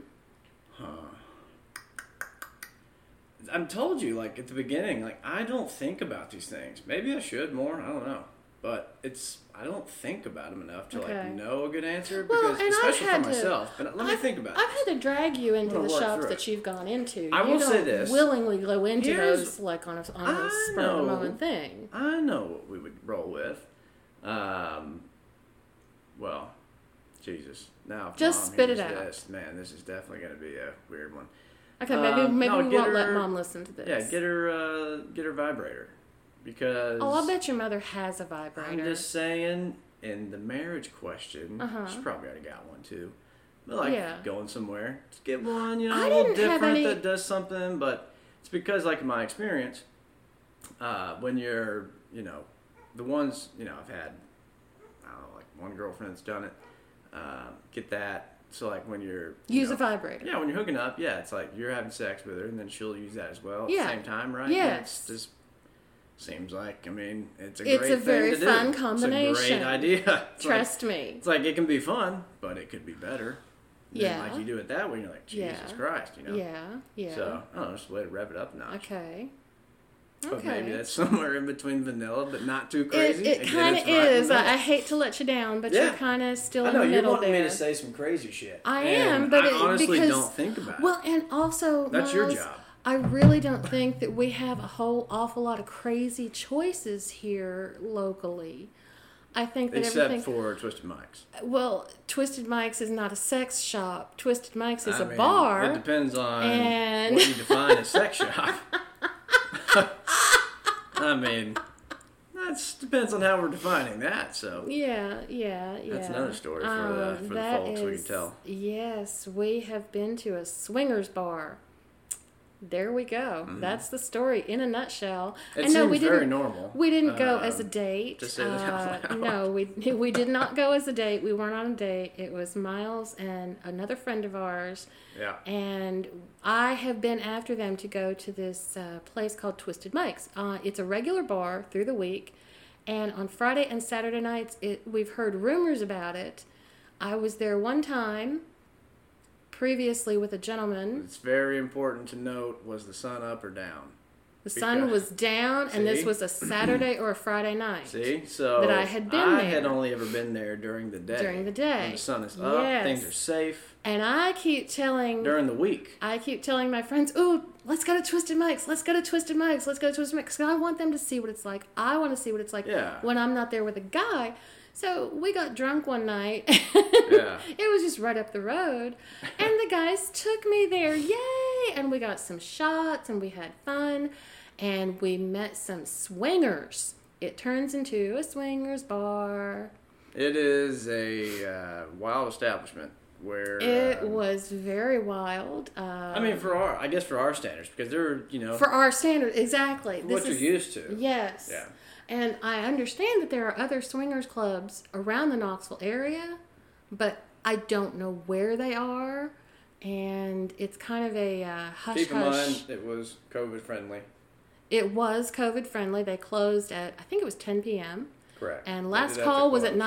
I'm told you like at the beginning, like I don't think about these things. Maybe I should more. I don't know. But it's I don't think about them enough to
Okay.
like know a good answer
Well,
because
and I've
especially for
had to-
myself. But let me
I've,
think about it.
I've had to drag you into
I'm
the
gonna work
shops
through
that
it.
you've gone into.
I
you
will
don't
say this.
willingly go into
Here's-
those like on a on a
I
spur of the
know.
moment thing.
I know what we would roll with. Um, well, Jesus. Now, if
Just
Mom
spit
hears
it out.
This, man, this is definitely going to be a weird one.
Okay, maybe
Um,
maybe
no,
we
get
won't let
her-
mom listen to this.
Yeah, get her, uh, get her vibrator, because
Oh, I bet your mother has a
I'm
vibrator.
just saying. In the marriage question,
Uh-huh.
she probably already got one too. But like
Yeah.
going somewhere, just get one. You know,
I
a little
didn't have
different
any-
that does something. But it's because, like in my experience, uh, when you're, you know, the ones, you know, I've had, I don't know, like one girlfriend that's done it. Um, get that. So like when you're you
Use
know-
a vibrator.
Yeah, when you're hooking up, yeah, it's like you're having sex with her, and then she'll use that as well at
Yeah.
the same time, right?
Yes.
it's just seems like I mean, it's a
It's
great
a very
thing to
fun
do. It's a
combination.
great idea. It's like-
Trust me.
it's like it can be fun, but it could be better. And then,
Yeah.
like you do it that way, you're like Jesus
Yeah.
Christ, you know.
Yeah, yeah.
So I don't know, just a way to wrap it up a notch.
Okay.
But maybe that's somewhere in between vanilla, but not too crazy.
It, it
Again,
kind
it's
of
right in the
is. I,
middle.
I hate to let you down, but you're
Yeah.
kind of still
I
in
know
the
you're
middle
wanting
there.
me to say some crazy shit.
I
and
am, but
I
it-
honestly
because-
don't think about
well, and also
That's your
Miles,
job.
I really don't think that we have a whole awful lot of crazy choices here locally. I think
it,
that
except
everything.
for Twisted Mics.
well, Twisted Mike's is not a sex shop. Twisted Mike's is
I
a
mean,
bar.
It depends on
and-
what you define as sex shop. I mean, that depends on how we're defining that. So
Yeah, yeah, yeah. Um,
That's another story for the- for the
that
folks, we can
is-
tell.
Yes, we have been to a swingers bar. There we go. That's the story in a nutshell.
Mm-hmm. it
and
seems
no, we
very
didn't.
normal.
We didn't go
Um,
as a date.
to say that out
Uh,
loud.
no, we we did not go as a date. We weren't on a date. It was Miles and another friend of ours,
Yeah.
and I have been after them to go to this uh, place called Twisted Mike's. Uh, it's a regular bar through the week, and on Friday and Saturday nights, it, we've heard rumors about it. I was there one time previously with a gentleman.
It's very important to note was the sun up or down?
The sun was down, and this
See?
was a Saturday or a Friday night.
See, so
But I had been
I had
there.
only ever been there during the day.
During the day.
when the sun is up,
Yes.
things are safe.
And I keep telling
During the week,
I keep telling my friends, "Ooh, let's go to Twisted Mike's. Let's go to Twisted Mike's. Let's go to Twisted Mike's." 'Cause I want them to see what it's like. I want to see what it's like
Yeah.
when I'm not there with a guy. So we got drunk one night.
Yeah.
It was just right up the road, and the guys took me there. Yay! And we got some shots, and we had fun, and we met some swingers. It turns into a swingers bar.
it is a uh, wild establishment. where
It
um,
was very wild. Uh,
I mean, for our, I guess for our standards, because they're, you know,
for our standard, exactly.
what
This
you're
is-
used to.
Yes.
Yeah.
And I understand that there are other swingers clubs around the Knoxville area, but I don't know where they are, and it's kind of a uh, hush
Keep in
hush.
mind, it was COVID friendly.
It was COVID friendly. They closed at I think it was 10 p.m.
Correct.
and
They
last
did have to
call was at
close.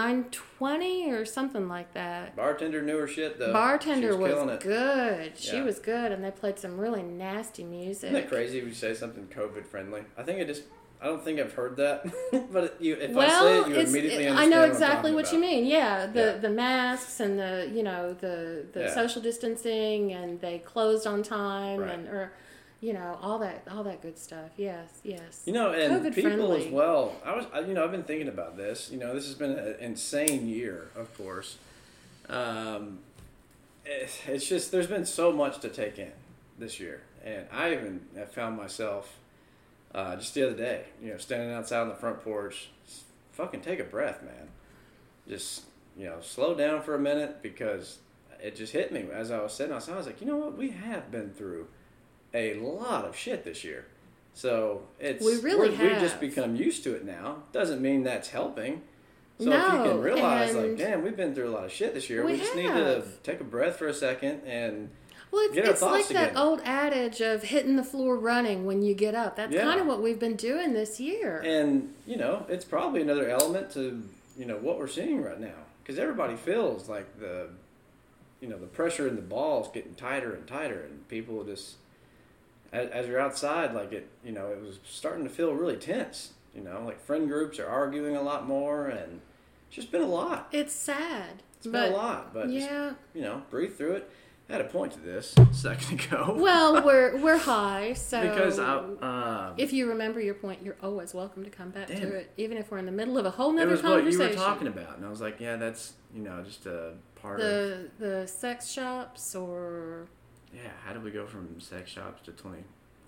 9:20 or something like that.
Bartender knew her shit though.
Bartender
Uh, she was,
was,
killing it.
good. She
Yeah.
was good, and they played some really nasty music.
Isn't that crazy? We say something COVID friendly. I think I just. I don't think I've heard that, but it- you, if I say it, you
it's-
immediately
it-
understand.
I know
what I'm
exactly
talking
what
about.
you mean. Yeah, the
Yeah.
the masks and the you know the the
Yeah.
social distancing and they closed on time
Right.
and or you know all that all that good stuff. Yes, yes.
You know, and
COVID
people
friendly.
as well. I was, I, you know, I've been thinking about this. You know, this has been an insane year, of course. Um, it, it's just there's been so much to take in this year, and I even have found myself uh, just the other day, you know, standing outside on the front porch, s- fucking take a breath, man. Just you know, slow down for a minute because it just hit me as I was sitting outside. I was like, you know what, we have been through a lot of shit this year. So it's
We really
we're- we've just
have.
become used to it now. Doesn't mean that's helping. So if you
No,
can realize, like,
and-
damn, we've been through a lot of shit this year. We,
We
just need to
have.
take a breath for a second and
Well, it's,
Get our
it's like
thoughts
that
together.
old adage of hitting the floor running when you get up. That's
Yeah.
kind of what we've been doing this year.
and you know it's probably another element to you know what we're seeing right now because everybody feels like the you know the pressure in the ball is getting tighter and tighter and people just as, as you're outside like it you know it was starting to feel really tense you know like friend groups are arguing a lot more and it's just been a lot
it's sad,
It's
but
been a lot but just,
yeah.
you know breathe through it I had a point to this a second ago
Well, we're we're high, so
because I um,
If you remember your point, you're always welcome to come back
Damn
to
it.
it, even if we're in the middle of a whole
it
nother
was what you
conversation.
were talking about and I was like yeah that's you know just a part of
the the sex shops or
Yeah, how did we go from sex shops to 20,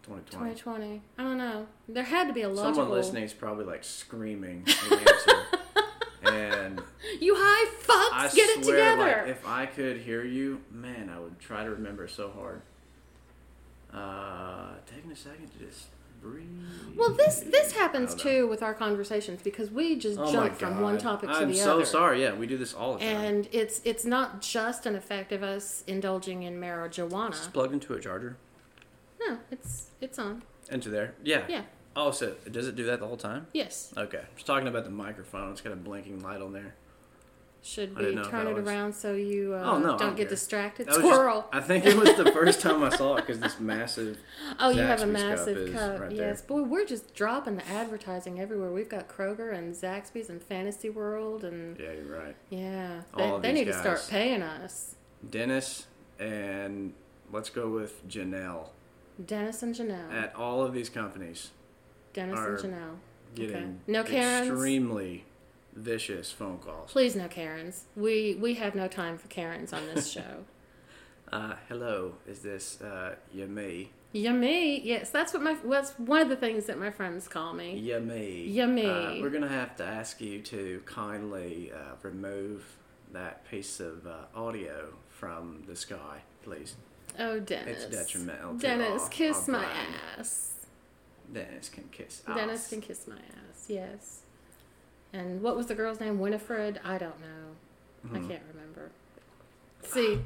2020?
2020. I don't know. There had to be a logical.
Someone listening is probably like screaming the answer. and
You high fucks,
I
get it
swear,
together.
like, if I could hear you, man, I would try to remember so hard. Uh, taking a second to just breathe.
well, this this happens
I don't know.
too with our conversations because we just
Oh my
jump from one
God.
topic to
I'm
the
so
other.
sorry. Yeah, we do this all the time.
And it's it's not just an effect of us indulging in
Is this
marijuana.
plugged into a charger?
No, it's it's on.
Into there? Yeah.
Yeah.
Oh, so does it do that the whole time?
Yes.
Okay. Just talking about the microphone. It's got a blinking light on there.
Should
I didn't
we
know if
turn
that
it
was-
around so you uh,
Oh, no, I
don't,
don't
get
care.
distracted?
That was just-
Squirrel.
I think it was the first time I saw it because this massive.
Oh, you have a
Zaxby's cup
massive
is
cup.
right there.
yes, boy, we're just dropping the advertising everywhere. We've got Kroger and Zaxby's and Fantasy World, and
Yeah, you're right.
yeah,
All
they,
of
they
these
need to start
guys.
paying us.
Dennis and let's go with Janelle
Dennis and Janelle.
at all of these companies
Dennis
are-
and Janelle.
getting
Okay. No Karens?
extremely vicious phone calls.
Please no Karens. We we have no time for Karens on this show.
Uh, hello, is this uh, Yummy?
Yummy. Yes, that's what my well, that's one of the things that my friends call me.
Yummy.
Yummy.
Uh, we're gonna have to ask you to kindly uh, remove that piece of uh, audio from the sky, please.
Oh, Dennis.
detrimental to
Dennis,
our-
kiss
our
my
brand.
ass.
Dennis can kiss.
Dennis
ass.
can kiss my ass, yes. And what was the girl's name? Winifred? I don't know.
Hmm. Mm-hmm.
I can't remember. See,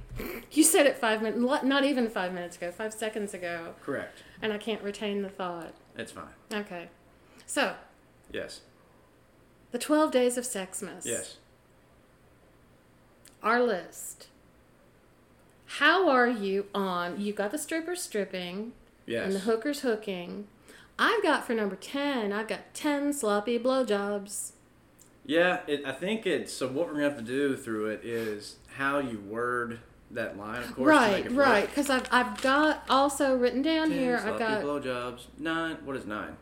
you said it five minutes, not even five minutes ago, five seconds ago,
Correct.
and I can't retain the thought.
It's fine.
Okay. So,
Yes.
the 12 days of Sexmas.
Yes.
Our list. How are you on? You've got the strippers stripping
Yes.
and the hookers hooking. I've got for number 10, I've got 10 sloppy blowjobs.
Yeah, it, I think it's so. What we're gonna have to do through it is how you word that line, of course. to make
Right,
it work.
right. Because I've, I've got also written down
Ten
here, I've
sloppy
got
blowjobs. Nine. What is nine?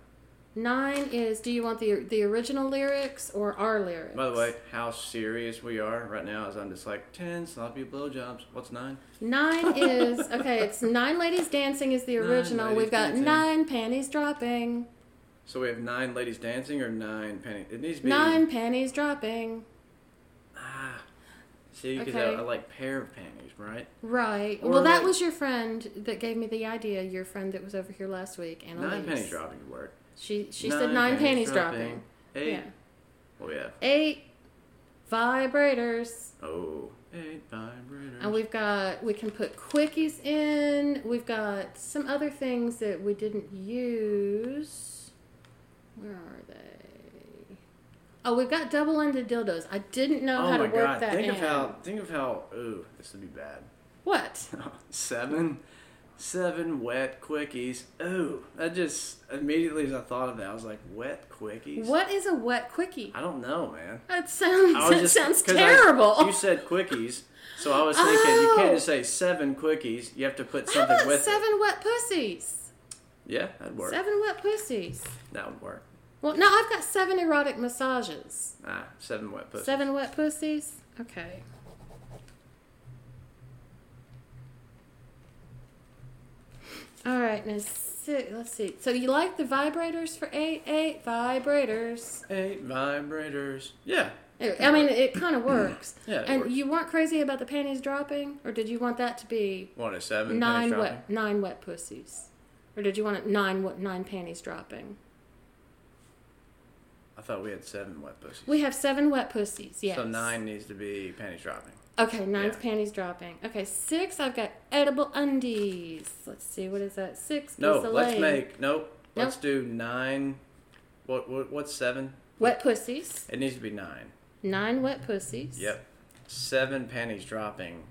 nine is do you want the the original lyrics or our lyrics?
By the way, how serious we are right now is I'm just like ten sloppy blowjobs. What's nine?
Nine is, okay, it's nine ladies dancing is the
Nine
original.
ladies
We've got
dancing.
nine panties dropping.
So we have nine ladies dancing or nine penny. It needs to be
Nine panties dropping.
Ah, See, because
Okay.
I, I like pair of panties, right?
Right.
Or
well, that
like-
was your friend that gave me the idea. Your friend that was over here last week, Annalise.
Nine panties dropping would work.
She she said nine panties dropping.
Eight.
Yeah.
Oh yeah.
Eight vibrators.
Oh. Eight vibrators.
And we've got we can put quickies in. We've got some other things that we didn't use. Where are they? Oh, we've got double-ended dildos. I didn't know
oh
how
my
to work
god!
that
Think of
in.
how. Think of how. Ooh, this would be bad.
What?
seven, seven wet quickies. Ooh, that just immediately as I thought of that, I was like, wet quickies.
What is a wet quickie?
I don't know, man.
That sounds
I
that sounds
'cause I-
terrible.
you said quickies, so I was thinking you
Oh.
can't just say seven quickies. You have to put
how
something
about
with it.
seven wet pussies?
Yeah, that'd work.
Seven wet pussies.
That would work.
Well, no, I've got seven erotic massages.
Ah, seven wet pussies.
Seven wet pussies? Okay. All right, now six, let's see. So you like the vibrators for eight? Eight vibrators.
Eight vibrators. Yeah,
It- I mean, it kind of works.
Yeah, it
and
works.
you weren't crazy about the panties dropping, or did you want that to be
what is seven?
nine
panties
wet nine wet pussies, or did you want it nine wet nine panties dropping?
dropping? I thought we had seven wet pussies.
We have seven wet pussies. Yes.
So nine needs to be panties dropping.
Okay, nine's
Yeah.
panties dropping. Okay, six. I've got edible undies. Let's see, what is that? Six.
No,
piece of leg.
let's make nope.
Nope.
Let's do nine. What, what what's seven?
wet pussies.
It needs to be nine.
Nine wet pussies.
Yep, seven panties dropping.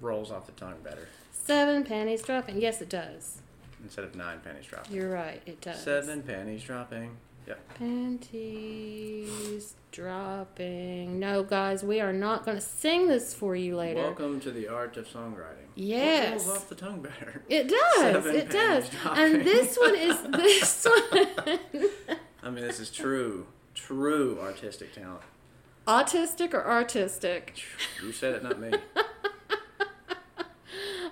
Rolls off the tongue better
Seven panties dropping. Yes, it does.
instead of nine panties dropping.
You're right. It does.
Seven panties dropping. Yep.
panties dropping. No, guys, we are not going to sing this for you later.
Welcome to the art of songwriting.
Yes.
What rolls off the tongue better.
It does.
Seven
it does.
panties dropping.
And this one is this one.
I mean, this is true, true artistic talent.
Autistic or artistic?
You said it, not me.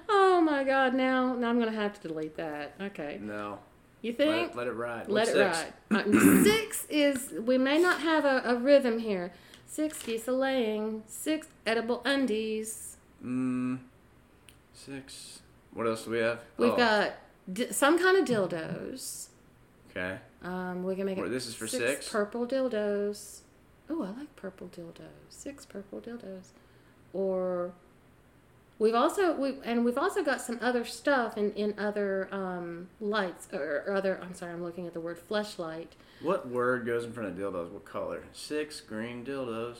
Oh my god, now, now I'm gonna have to delete that. Okay.
No.
You
Let
think?
it, let it ride.
Let
What's
it
six?
ride. Uh, six is we may not have a, a rhythm here. Six geese a laying, six edible undies.
Mm, six. What else do we have?
We've
Oh,
got d- some kind of dildos.
Okay.
Um, we can make it.
Wait, this is for six?
purple dildos. Oh, I like purple dildos. Six purple dildos, or we've also we and we've also got some other stuff in in other um, lights or, or other. I'm sorry, I'm looking at the word fleshlight.
What word goes in front of dildos? What color? Six green dildos.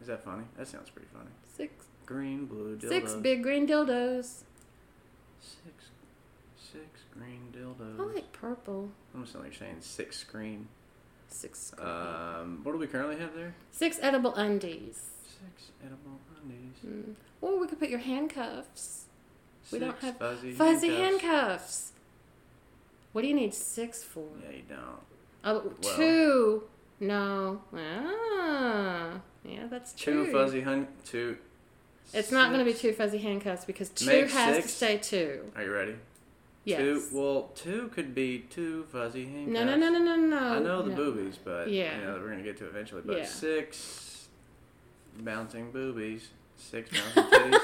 Is that funny? That sounds pretty funny.
Six
Green, blue dildos.
six big green dildos.
Six, six green dildos.
I like purple.
I'm just like saying six screen.
Six
Um, what do we currently have there?
six edible undies.
Six edible undies.
Mm. Or we could put your handcuffs. We
six
don't have
fuzzy,
Fuzzy handcuffs. What do you need six for?
Yeah, you don't.
Oh,
Well.
two. No. Ah. Yeah, that's true.
Two fuzzy hun. Two.
It's not going to be
six.
two fuzzy handcuffs because two
Make
has to
six.
stay two.
Are you ready?
Yes.
Two, well, two could be two fuzzy handcuffs.
no, no, no, no, no, no.
I know the
no.
boobies, but yeah,
Yeah.
you know, that we're gonna get to eventually. But
Yeah.
six bouncing boobies, six bouncing titties,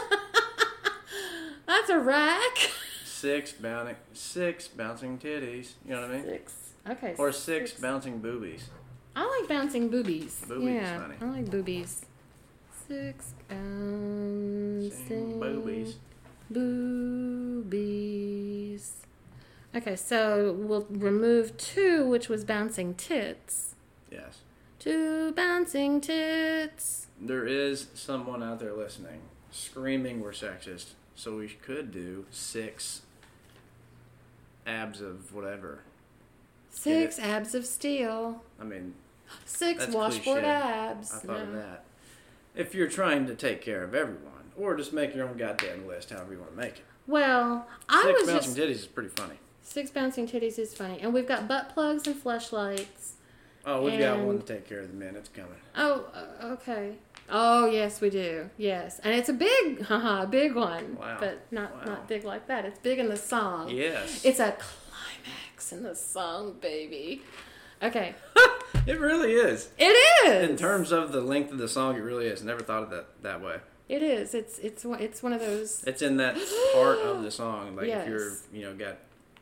That's a rack.
six bouncing, six bouncing titties. You know what I mean?
Six. Okay.
Or six, bouncing boobies.
I like bouncing boobies.
Boobies,
yeah,
honey.
I like boobies. Six um, bouncing
Sing boobies.
Boobies. Okay, so we'll remove two, which was bouncing tits.
Yes.
Two bouncing tits.
There is someone out there listening, screaming we're sexist. So we could do six abs of whatever.
Six abs of steel.
I mean,
Six
That's
washboard
cliche.
abs.
I thought of
No.
that. If you're trying to take care of everyone, or just make your own goddamn list, however you want to make it.
Well, I
Six
was
bouncing
just
titties is pretty funny.
six bouncing titties is funny, and we've got butt plugs and fleshlights.
Oh, we've got one to
And-
take care of the men. It's coming.
Oh, uh, okay. Oh yes, we do. Yes, and it's a big, haha, big one.
Wow.
But not
Wow.
not big like that. It's big in the song.
Yes.
It's a climax in the song, baby. Okay.
It really is.
It is.
In terms of the length of the song, it really is. Never thought of that that way.
It is. It's it's one- it's one of those.
It's in that part of the song. Like
Yes.
if you're, you know, got,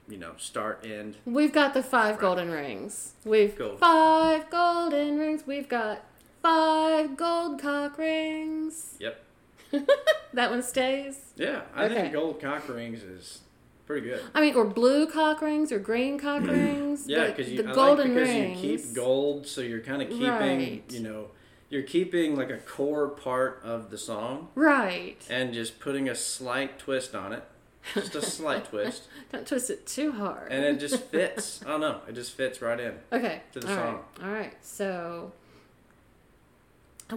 you know, start end.
We've got the five
Right.
golden rings. We've
Gold.
five golden rings. We've got five gold cock rings.
Yep.
That one stays.
Yeah, I
Okay.
think gold cock rings is pretty good.
I mean, or blue cock rings or green cock rings.
Yeah,
but
because you
the
I
golden
like because
rings.
you keep gold, so you're kind of keeping,
Right.
you know, you're keeping like a core part of the song
Right.
and just putting a slight twist on it, just a slight twist,
Don't twist it too hard.
and it just fits. I don't know, it just fits right in.
Okay.
to the
All
song.
right. All right. So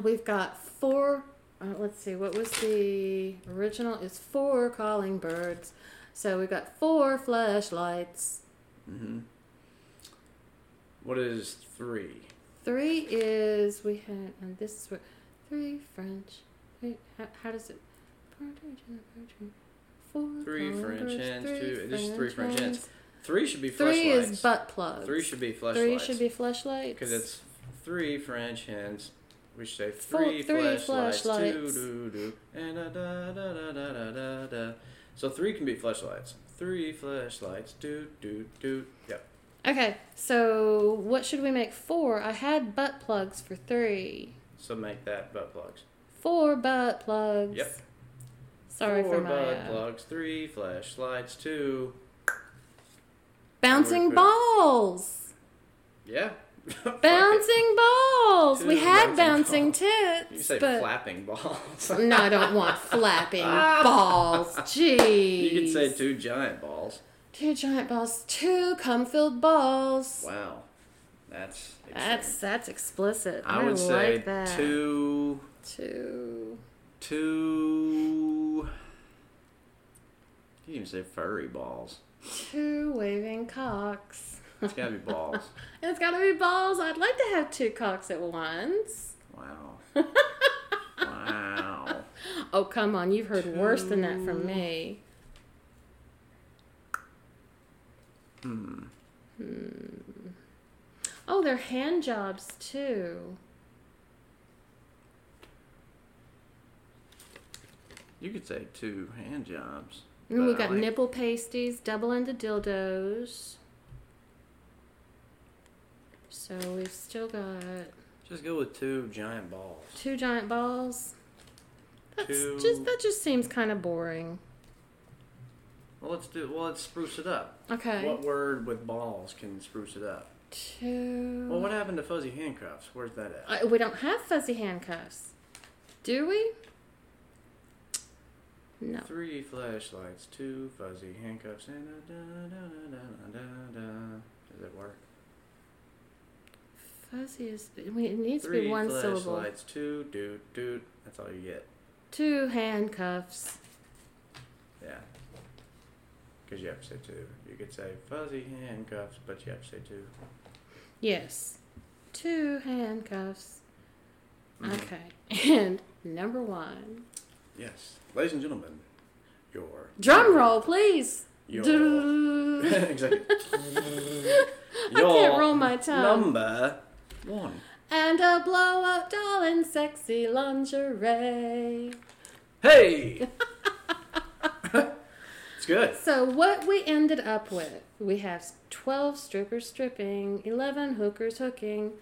we've got four. Uh, let's see. What was the original? Is four calling birds. So we've got four flashlights.
Mm-hmm. What is three?
Three is we had, and this is where three French. Wait, how, how does it? Four
Three
calling
French
birds,
hens,
three
two- this is three French hens.
hens.
Three should be
Three
fleshlights.
is butt plugs.
Three should be fleshlights.
Three should be fleshlights.
because it's three French hens. We should say
Four-
three,
three
flashlights.
fleshlights.
Doo, doo, doo, and a da, da, da, da, da, da, da. So three can be flashlights. Three flashlights. Do do do. Yep.
Okay, so what should we make four? I had butt plugs for three.
So make that butt plugs.
Four butt plugs.
Yep.
Sorry
Four
for my
butt
uh,
plugs. Three flashlights. Two.
bouncing
Good.
balls.
Yeah. Fuck it.
Bouncing balls. We
Two
had bouncing
bouncing You
tits,
say
but
flapping balls.
no, I don't want flapping balls. Jeez.
Ah. you could say two giant balls.
two giant balls, two cum-filled balls.
Wow. That's. extreme.
That's that's explicit. I,
I would
like
say
that.
two.
Two.
Two. You can even say furry balls.
Two waving cocks.
It's gotta be balls.
And It's gotta be balls. I'd like to have two cocks at once.
Wow. Wow.
Oh, come on. You've heard worse than that from me. Hmm. Oh, they're hand jobs too.
You could say two hand jobs.
And
but
we've
I
got
like-
nipple pasties, double ended dildos. So we've still got
Just go with two giant balls.
two giant balls. That's
Two-
just that just seems kind of boring.
Well, let's do. Well, let's spruce it up.
Okay.
What word with balls can spruce it up?
Two.
Well, what happened to fuzzy handcuffs? Where's that at?
Mm. I, we don't have fuzzy handcuffs, do we? No.
Three flashlights, two fuzzy handcuffs, and a da da da da da da. Does it work?
Fuzzy is. I mean, it needs to
Three
be one syllable.
flashlights, two doot doot. That's all you get.
Two handcuffs.
Yeah. Because you have to say two. You could say fuzzy handcuffs, but you have to say two.
Yes. Two handcuffs.
Mm-hmm.
Okay. And number one.
Yes. Ladies and gentlemen, your.
Drum roll, please.
Your.
Doo.
exactly.
I can't roll my tongue.
Number one.
And a blow up doll in sexy lingerie.
Hey! it's good.
So what we ended up with, we have 12 strippers stripping, 11 hookers hooking,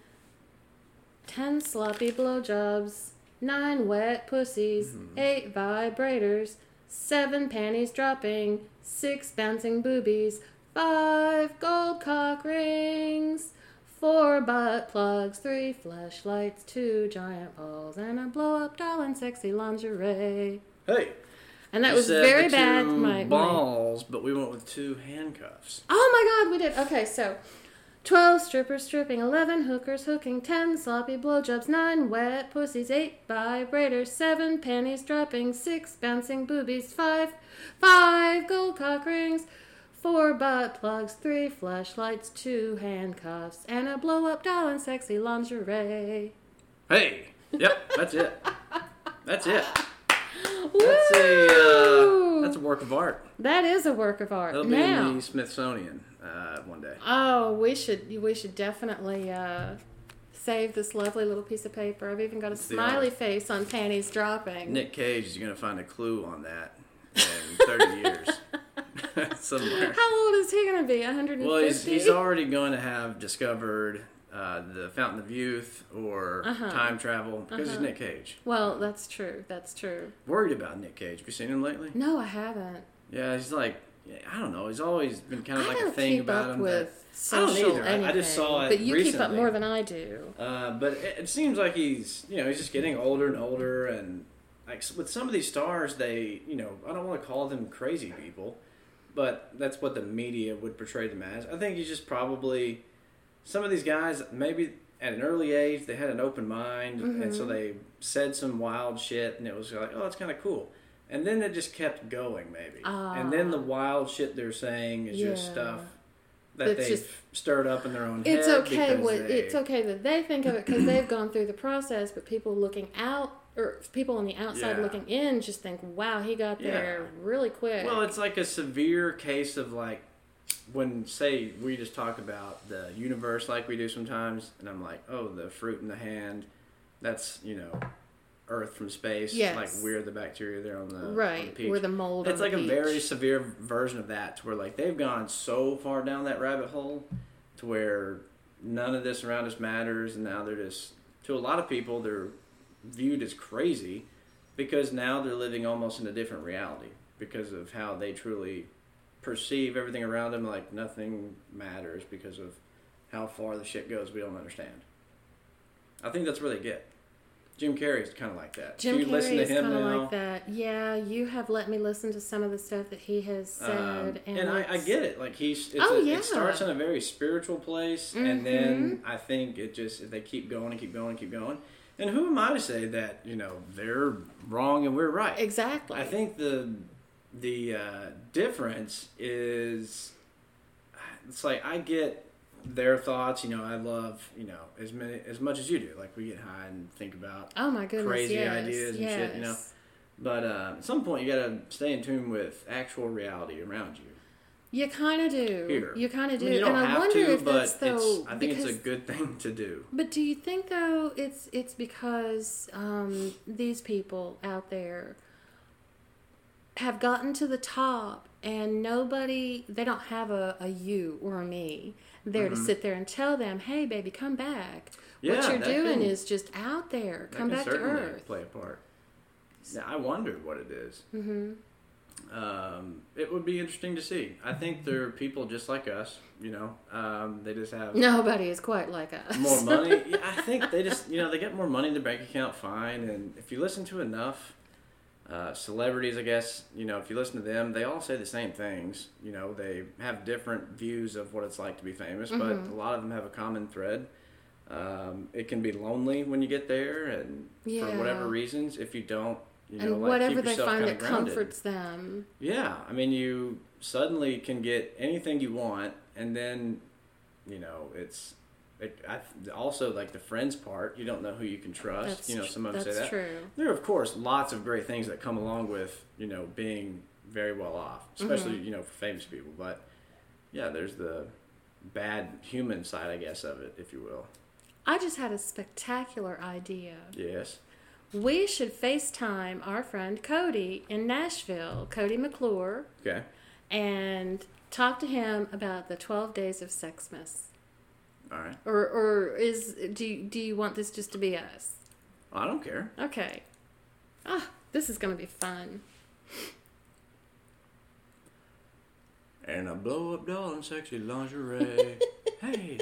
10 sloppy blowjobs, 9 wet pussies,
Mm-hmm.
8 vibrators, 7 panties dropping, 6 bouncing boobies, 5 gold cock rings, 4 butt plugs, 3 flashlights, 2 giant balls, and a blow up doll in sexy lingerie.
Hey!
And that
you
was
said
very
the
bad.
two
My, my
balls, but we went with two handcuffs.
Oh my god, we did. Okay, so 12 strippers stripping, 11 hookers hooking, 10 sloppy blowjobs, 9 wet pussies, 8 vibrators, 7 panties dropping, 6 bouncing boobies, 5 5 gold cock rings, 4 butt plugs, 3 flashlights, 2 handcuffs, and a blow up doll in sexy lingerie.
Hey! Yep, that's it. That's it. That's
That's
a uh, that's a work of art.
that is a work of art.
That'll be
now,
in the Smithsonian uh, one day.
Oh, we should we should definitely uh, save this lovely little piece of paper. I've even got a
It's the
smiley
art.
face on panties dropping.
Nick Cage is going to find a clue on that in 30 years somewhere.
How old is he going to be? 150?
Well, he's, he's already going to have discovered uh, the Fountain of Youth or
Uh-huh.
time travel because he's Nick Cage.
well, that's true. That's true.
Worried about Nick Cage. Have you seen him lately?
No, I haven't.
Yeah, he's like, yeah, I don't know. He's always been kind of
I
like
don't
a thing
keep
about
up
him.
with
I don't
social
either. I- I
anything.
just saw it
But you keep up
recently.
more than I do.
that, uh, but it, it seems like he's, you know, he's just getting older and older. And like s- with some of these stars, they, you know, I don't want to call them crazy people, but that's what the media would portray them as. I think he's just probably some of these guys maybe at an early age they had an open mind and
Mm-hmm.
so they said some wild shit and it was like oh that's kind of cool and then it just kept going maybe and then the wild shit they're saying is
Ah. Yeah.
just stuff that
That's
they've
just-
stirred up in their own
It's
head
okay.
because
What,
they,
it's okay that they think of it because they've gone through the process. But people looking out or people on the outside
Yeah.
looking in just think, "Wow, he got
Yeah.
there really quick."
well it's like a severe case of like when say we just talk about the universe like we do sometimes and i'm like oh the fruit in the hand that's you know earth from space like
Yes.
we're the bacteria there uh, on the on the
right,
peach.
where the mold.
It's
on
like
the
a very
beach.
severe version of that, to where like they've gone so far down that rabbit hole, to where none of this around us matters, and now they're just to a lot of people they're viewed as crazy because now they're living almost in a different reality because of how they truly perceive everything around them like nothing matters because of how far the shit goes we don't understand. I think that's where they get. Jim Carrey's kind of like that.
Jim
If you
Carrey
listen to
is
him
kind of
now,
like that. Yeah, you have let me listen to some of the stuff that he has
Um,
said,
and I, I
it's-
get it. Like he's, it's
Oh,
a,
yeah. Mm-hmm.
it starts in a very spiritual place, and then I think it just they keep going and keep going and keep going. And who am I to say that you know they're wrong and we're right?
exactly.
I think the the uh, difference is it's like I get their thoughts. You know, I love you know as many as much as you do. Like we get high and think about
Oh my goodness!
crazy
yes,
ideas and
yes.
shit, you know. but uh, at some point, you got to stay in tune with actual reality around you.
You kind of do.
Here.
You kind of
I
do.
mean, you don't
and I
have
wonder
to,
if
but
that's though.
it's, I think
because,
it's a good thing to do.
But do you think though it's it's because um, these people out there have gotten to the top and nobody they don't have a, a you or a me there to sit there and tell them, hey baby, come back. what
Mm-hmm. Yeah,
you're
that
doing
can-
is just out there.
That
Come
can
back to
certainly
earth.
Play a part. Now, I wonder what it is.
Mm-hmm.
Um, it would be interesting to see. I think there are people just like us. You know, um, they just have
Nobody is quite like us.
more money. Yeah, I think they just, you know, they get more money in their bank account, fine. And if you listen to enough uh, celebrities, I guess, you know, if you listen to them, they all say the same things. You know, they have different views of what it's like to be famous,
Mm-hmm.
but a lot of them have a common thread. Um, it can be lonely when you get there, and for
Yeah.
whatever reasons, if you don't, you know,
and
like,
whatever
keep
they
yourself
find
kinda
that
grounded.
comforts them.
Yeah, I mean, you suddenly can get anything you want, and then, you know, it's. It, I, also, like the friends part, you don't know who you can trust.
That's
you know,
tr-
some of them say
that's
that.
true.
There are, of course, lots of great things that come along with you know being very well off,
Mm-hmm.
especially you know for famous people. But yeah, there's the bad human side, I guess, of it, if you will.
I just had a spectacular idea.
Yes.
We should FaceTime our friend Cody in Nashville, Cody McClure,
Okay.
and talk to him about the 12 days of Sexmas.
All right.
Or, or is do you, do you want this just to be us?
I don't care.
Okay. Ah, this is going to be fun.
And I blow up doll in sexy lingerie. hey.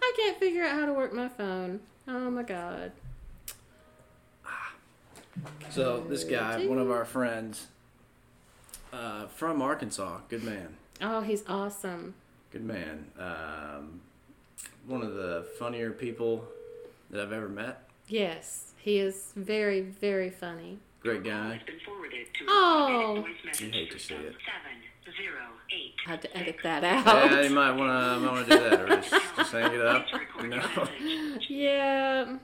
I can't figure out how to work my phone. Oh my god.
So this guy,
Cody.
one of our friends, uh, from Arkansas, good man,
Oh, he's awesome.
good man. Um, one of the funnier people that I've ever met.
Yes, he is very very funny.
Great guy.
Oh.
You hate to see it.
Had to edit that out.
Yeah, you might want to might want to do that or just, just hang it up. You know,
Yeah.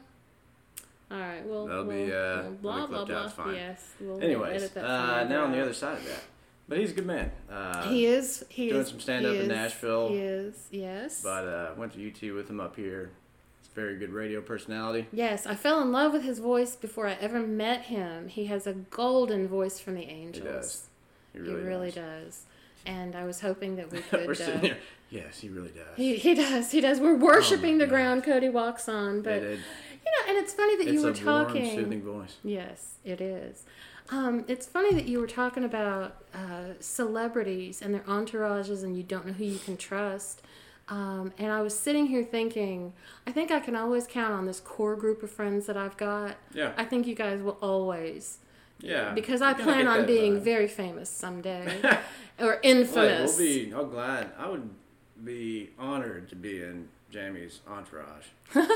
All right. Well,
That'll
we'll,
be, uh,
we'll blah blah
that'll be clipped out,
blah.
it's fine.
Yes. We'll
Anyways,
edit that
uh,
sound
now on
out.
the other side of that, But he's a good man. Uh,
he is. He
doing
is
some stand-up
he
in
is-
Nashville.
He is. Yes.
But uh, went to UT with him up here. He's a very good radio personality.
Yes, I fell in love with his voice before I ever met him. He has a golden voice from the Angels.
does. He
He
really,
really,
does.
does. And I was hoping that we could.
We're sitting
uh,
here. Yes, he really does.
He, he does. He does. We're worshiping
my
the
God.
ground Cody walks on,
It-
but
it-
you know, and it's funny that
it's
you were
a
talking.
warm, soothing voice.
Yes, it is. Um, it's funny that you were talking about uh, celebrities and their entourages, and you don't know who you can trust. Um, and I was sitting here thinking, I think I can always count on this core group of friends that I've got.
Yeah.
I think you guys will always,
Yeah.
because I
You kinda
plan
get
on
that
being
vibe.
very famous someday or
Well, hey,
infamous.
we'll be. I'm glad. I would be honored to be in Jamie's entourage.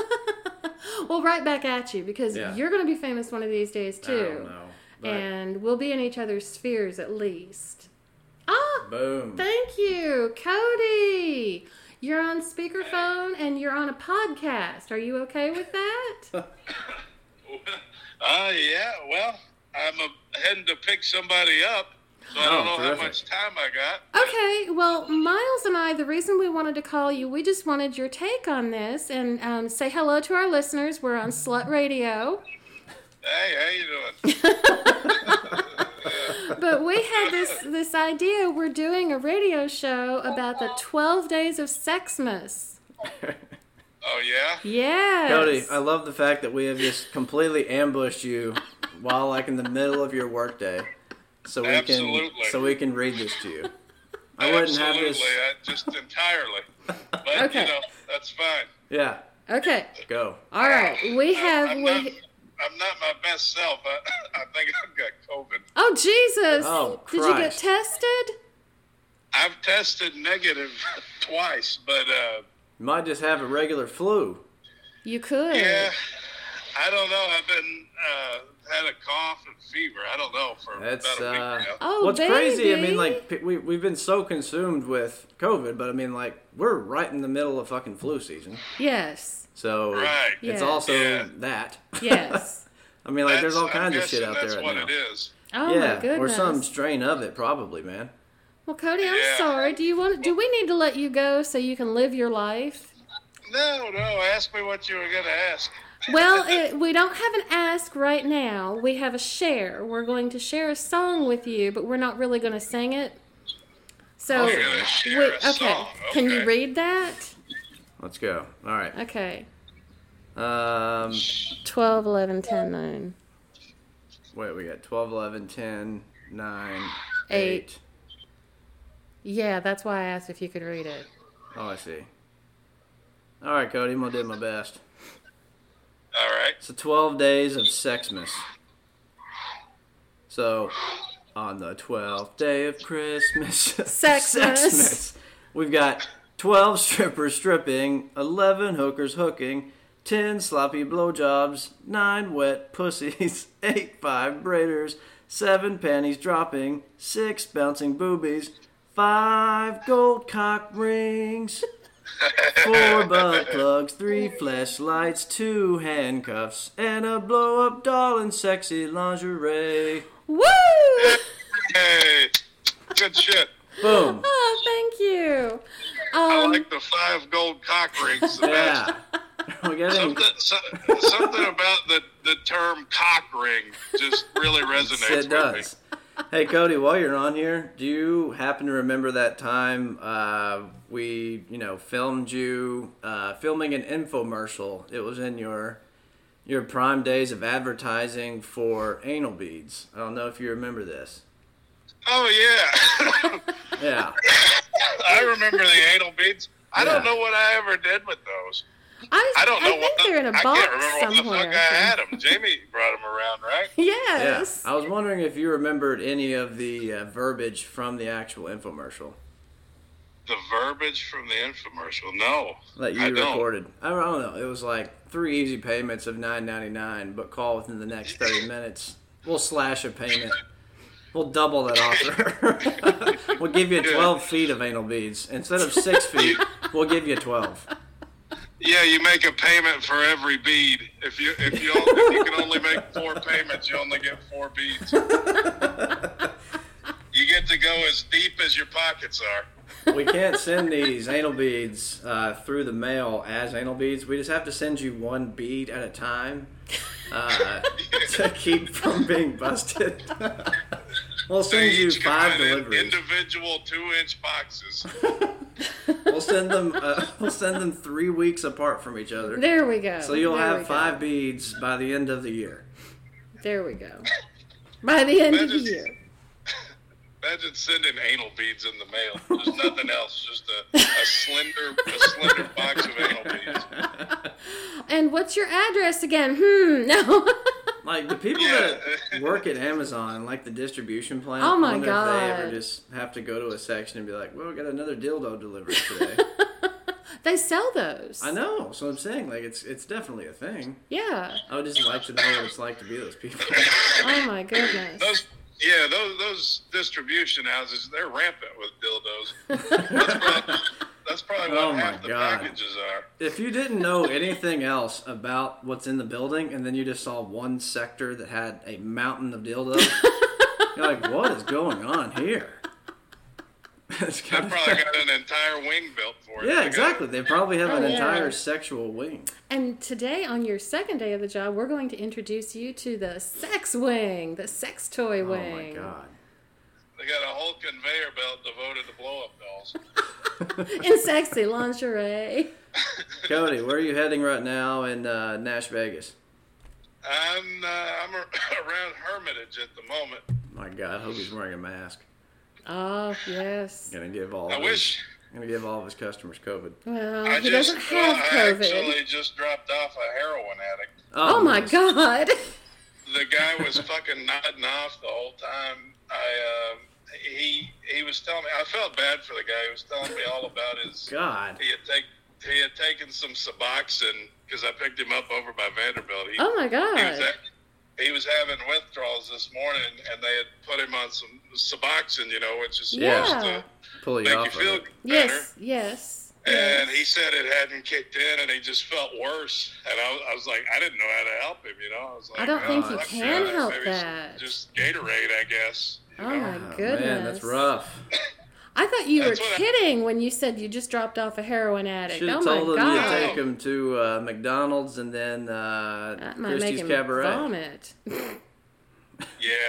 Well, right back at you because
Yeah.
you're going to be famous one of these days
I don't
too,
know. But
and we'll be in each other's spheres at least. Ah,
boom.
Thank you, Cody. You're on speakerphone and you're on a podcast. Are you okay with that?
Uh, yeah, well, I'm uh heading to pick somebody up, so I
Oh,
don't know
terrific.
how much time I got.
Okay, well, Miles and I, the reason we wanted to call you, we just wanted your take on this and um, say hello to our listeners. We're on Slut Radio.
Hey, how you doing?
But we had this, this idea we're doing a radio show about the 12 days of Sexmas.
Oh, yeah?
Yes.
Cody, I love the fact that we have just completely ambushed you while like in the middle of your workday, so we
Absolutely.
can so we can read this to you. I wouldn't have
Absolutely,
this.
I, just entirely. But,
Okay.
you know, that's fine.
Yeah,
okay,
go.
all right. We have.
I'm, not,
we,
I'm not my best self. I, I think I've got COVID.
oh, Jesus.
Oh,
Did you get
Christ.
tested?
I've tested negative twice, but, uh,
You might just have a regular flu.
You could.
yeah, I don't know. I've been, uh, had a cough and fever. I don't know for
That's
about a
uh,
week now.
Oh,
what's crazy. I mean,
baby.
like p- we we've been so consumed with COVID, but I mean, like we're right in the middle of fucking flu season,
Yes.
so
Right.
it's
Yeah.
also
Yeah.
that.
Yes.
I mean, like there's all
That's- I'm
kinds of shit
guessing
out there
That's
right
what
now.
it is.
Oh
yeah,
my goodness.
or some strain of it, probably, man.
Well, Cody, I'm
Yeah.
sorry. Do you want? Do we need to let you go so you can live your life?
No, no. Ask me what you were going to ask.
Well, it, we don't have an ask right now. We have a share. We're going to share a song with you, but we're not really going to sing it. So,
We're gonna share a song.
Can you
Okay.
read that?
Let's go. All right.
Okay.
Um,
12, 11, 10, 9,
wait, we got 12, 11, 10, 9,
Eight.
8.
Yeah, that's why I asked if you could read it.
Oh, I see. All right, Cody, I'm going to do my best.
All right.
So 12 days of Sexmas. So, on the 12th day of Christmas,
Sexmas.
we've got 12 strippers stripping, 11 hookers hooking, 10 sloppy blowjobs, 9 wet pussies, 8 five braiders, 7 panties dropping, 6 bouncing boobies, 5 gold cock rings. Four butt plugs, three flashlights, two handcuffs, and a blow up doll in sexy lingerie.
Woo!
Hey, good shit.
Boom.
Oh, thank you.
I
Um,
like the five gold cock rings the best.
Yeah. We're getting
Something, so- something about the, the term cock ring just really resonates
it
with
does. Hey Cody, while you're on here, do you happen to remember that time uh, we, you know, filmed you uh, filming an infomercial? It was in your your prime days of advertising for anal beads. I don't know if you remember this.
me. Oh, yeah.
Yeah.
I remember the anal beads. I don't
Yeah.
know what I ever did with those.
I,
I don't know
think
what
they're in a
I
box
can't remember
somewhere.
what the fuck I had them. Jamie brought them around, right?
Yeah.
Yes.
I was wondering if you remembered any of the uh, verbiage from the actual infomercial
The verbiage from the infomercial. No.
that you
I don't.
recorded. I don't know. It was like three easy payments of nine ninety nine, but call within the next thirty minutes. We'll slash a payment. We'll double that offer. we'll give you twelve feet of anal beads instead of six feet. We'll give you twelve.
Yeah, you make a payment for every bead. If you if you if you can only make four payments, you only get four beads. You get to go as deep as your pockets are.
we can't send these anal beads uh, through the mail as anal beads. We just have to send you one bead at a time uh, to keep from being busted. we'll
They
send you
each
five
come in
deliveries.
individual two-inch boxes.
We'll send them. Uh, we'll send them three weeks apart from each other.
There we go.
So you'll
There we
have
go.
five beads by the end of the year.
There we go. By the end of the
Imagine-
year.
Imagine sending anal beads in the mail. There's nothing else. Just a, a slender, a slender box of anal beads.
And what's your address again? Hmm, no.
Like the people
Yeah.
that work at Amazon, like the distribution plant.
Oh my
I wonder If they ever
God.
just have to go to a section and be like, "Well, we got another dildo delivered today."
they sell those.
I know. So I'm saying, like, it's it's definitely a thing.
Yeah.
I would just like to know what it's like to be those people.
Oh my goodness.
Those, yeah, those those distribution houses, they're rampant with dildos. That's probably, that's probably what
Oh my
half the
God.
packages are.
if you didn't know anything else about what's in the building, and then you just saw one sector that had a mountain of dildos, you're like, "What is going on here?" It's
I
kind of-
probably got an entire wing built for it.
yeah,
I
exactly. They probably have
Oh,
an
yeah.
entire sexual wing.
And today, on your second day of the job, we're going to introduce you to the sex wing, the sex toy
Oh my
wing.
god.
Got, they got a whole conveyor belt devoted to blow up dolls.
In sexy lingerie.
Cody, where are you heading right now in uh, Nash Vegas?
I'm uh, I'm a, around Hermitage at the moment.
My God, I hope he's wearing a mask.
Oh, yes.
Gonna give all.
I
of
wish
His, gonna give all of his customers COVID.
Well,
I
Oh, he
just
doesn't have
well, I
COVID.
actually just dropped off a heroin addict.
oh my
nice.
God.
The guy was fucking nodding off the whole time. I um, he he was telling me I felt bad for the guy. He was telling me all about his
God.
he had take he had taken some Suboxone because I picked him up over by Vanderbilt. He,
Oh my
he was
God.
ha- he was having withdrawals this morning, and they had put him on some Suboxone, you know, which is
Yeah.
supposed to
Pull you
make
off.
you
of
feel
it.
better.
Yes, yes.
And
yes.
he said it hadn't kicked in, and he just felt worse. And I was, I was like, I didn't know how to help him, you know. I was like,
I don't think
you
fuck
can
that.
help
Maybe
that.
some- Just Gatorade, I guess. you
Oh
know?
my
Oh,
goodness.
Man, that's rough.
I thought you were
That's what I-
kidding when you said you just dropped off a heroin addict.
Should
Oh
have
my
told him
God.
to take him to uh, McDonald's and then uh,
that might make
Christie's
him
Cabaret.
vomit.
Yeah.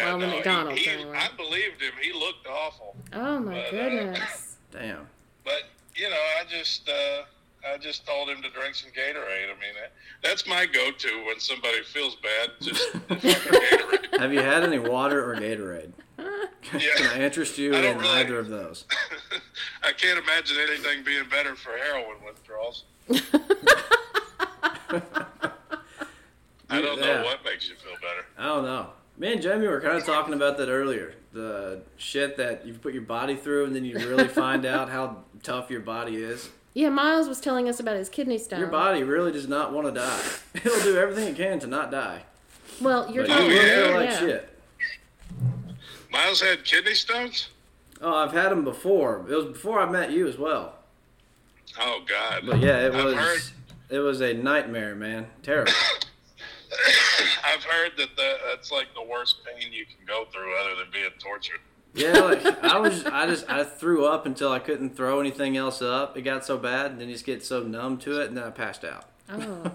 Well, the
no, he-
McDonald's
he-
anyway.
I believed him. He looked awful.
Oh my
But, uh,
goodness.
Damn.
But you know, I just uh, I just told him to drink some Gatorade. I mean, that- that's my go-to when somebody feels bad. Just fucking Gatorade.
Have you had any water or Gatorade? Can I
Yeah,
interest you
I
in
don't really-
either of those?
I can't imagine anything being better for heroin withdrawals. I don't
Yeah.
know what makes you feel better.
I don't know. Me and Jamie were kind of talking about that earlier. The shit that you put your body through, and then you really find out how tough your body is.
Yeah, Miles was telling us about his kidney stone.
Your body really does not want to die. It'll do everything it can to not die.
Well, you're
But
talking
you will feel
yeah.
like
yeah.
shit.
Miles had kidney stones.
Oh, I've had them before. It was before I met you as well.
Oh God!
But yeah, it
I've heard,
was. It was a nightmare, man. Terrible.
I've heard that the, that's like the worst pain you can go through, other than being tortured.
Yeah, like I was. I just. I threw up until I couldn't throw anything else up. It got so bad, and then you just get so numb to it, and then I passed out
Oh,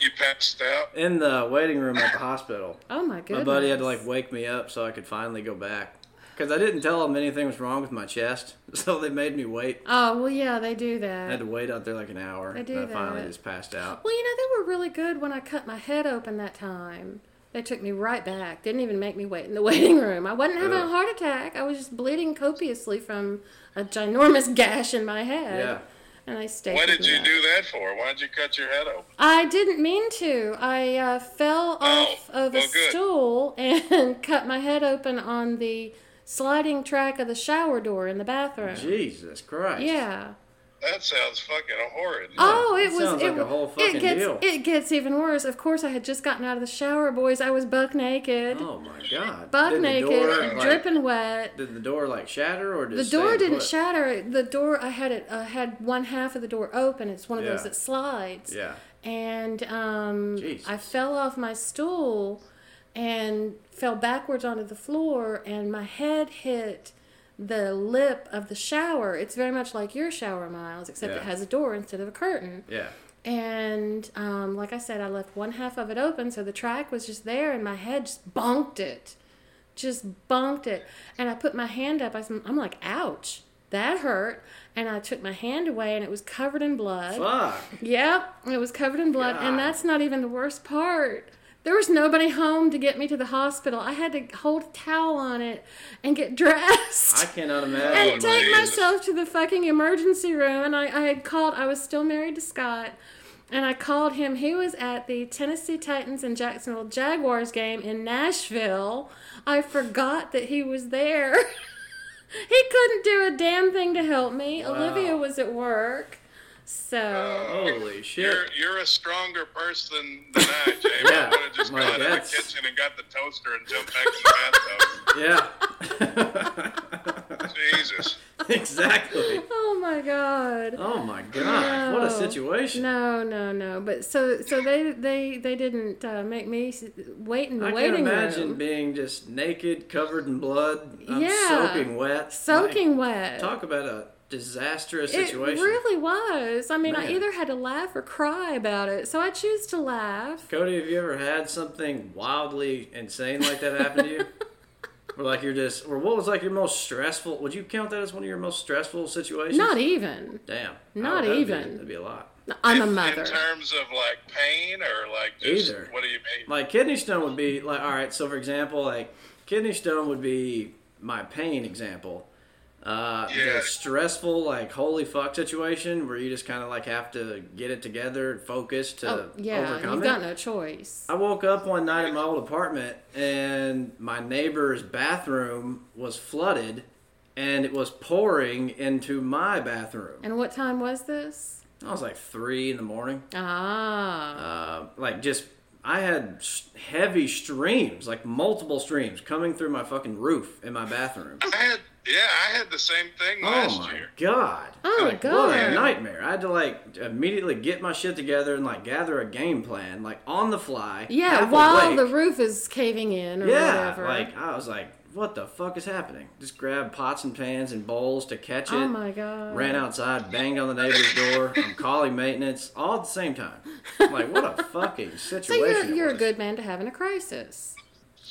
You passed out.
in the waiting room at the hospital.
oh my goodness.
My buddy had to like wake me up so I could finally go back. Because I didn't tell them anything was wrong with my chest, so they made me wait.
Oh well, yeah, they do
I had
that.
to wait out there like an hour.
They do
and I finally
that.
just passed out.
Well, you know they were really good when I cut my head open that time. They took me right back. Didn't even make me wait in the waiting room. I wasn't having a
Ugh.
heart attack. I was just bleeding copiously from a ginormous gash in my head.
Yeah.
And I stayed.
Why
with
did you
that.
do that for? Why did you cut your head open?
I didn't mean to. I uh, fell off of a
Oh, well, good.
stool and cut my head open on the sliding track of the shower door in the bathroom.
Jesus Christ.
Yeah.
That sounds fucking horrid.
Oh, it
that
was.
sounds
it,
like a whole fucking
it gets
deal.
it gets even worse. Of course, I had just gotten out of the shower, boys. I was buck naked,
Oh my God.
buck
Did the
naked,
door, like-
dripping wet.
Did the door like shatter or did
The
it stay
door
in
didn't
place?
shatter. The door I had it I had one half of the door open. It's one of those
Yeah.
that slides.
Yeah.
And um, I
Jesus.
fell off my stool and fell backwards onto the floor, and my head hit the lip of the shower. It's very much like your shower, Miles, except
Yeah.
it has a door instead of a curtain.
Yeah.
And um, like I said, I left one half of it open, so the track was just there, and my head just bonked it. Just bonked it. And I put my hand up. I said, I'm like, ouch, that hurt. And I took my hand away, and it was covered in blood.
Fuck.
Yep, it was covered in blood,
God.
and that's not even the worst part. There was nobody home to get me to the hospital. I had to hold a towel on it and get dressed
I cannot imagine.
and
Oh,
take
Jesus.
myself to the fucking emergency room. And I, I had called, I was still married to Scott, and I called him. He was at the Tennessee Titans and Jacksonville Jaguars game in Nashville. I forgot that he was there. he couldn't do a damn thing to help me.
Wow.
Olivia was at work. So,
Holy
You're,
shit.
you're a stronger person than I, James.
Yeah,
I would have just
my
gone in the
guess.
kitchen and got the toaster and jumped back in the
Yeah.
bathtub. Jesus.
exactly.
oh my god.
Oh my god. What a
No.
situation.
No, no, no. But so, so they they they didn't uh, make me s- wait in the
I can
waiting
imagine
room,
being just naked, covered in blood, I'm
Yeah.
soaking wet.
soaking wet.
Like, talk about a disastrous
It
situation.
really was. I mean, I
Man.
either had to laugh or cry about it. So I choose to laugh.
Cody, have you ever had something wildly insane like that happen to you? Or like you're just, or what was like your most stressful? Would you count that as one of your most stressful situations?
Not even.
Damn.
not
that'd Be,
even.
that'd be a lot.
I'm a
In-
mother.
In terms of like pain or like just,
Either.
what do you mean?
Like kidney stone would be like all right. So for example, like kidney stone would be my pain example. Uh,
Yeah.
The stressful like holy fuck situation where you just kind of like have to get it together, and focus to
Oh, yeah,
overcome
you've
it.
got no choice.
I woke up one night in my old apartment and my neighbor's bathroom was flooded and it was pouring into my bathroom.
And what time was this?
I was like three in the morning.
Ah,
Uh, like just, I had s- heavy streams, like multiple streams coming through my fucking roof in my bathroom.
I had, yeah, I had the same thing
Oh
last
my
year.
god!
Oh,
like,
God.
What a nightmare! I had to like immediately get my shit together and like gather a game plan, like on the fly.
yeah.
half
While
awake.
the roof is caving in or
Yeah,
whatever.
like I was like, what the fuck is happening? Just grabbed pots and pans and bowls to catch it.
oh my god.
Ran outside, banged on the neighbor's door. I'm calling maintenance all at the same time. I'm like, what a fucking
So
situation!
you're
it
you're a
was.
good man to have in a crisis.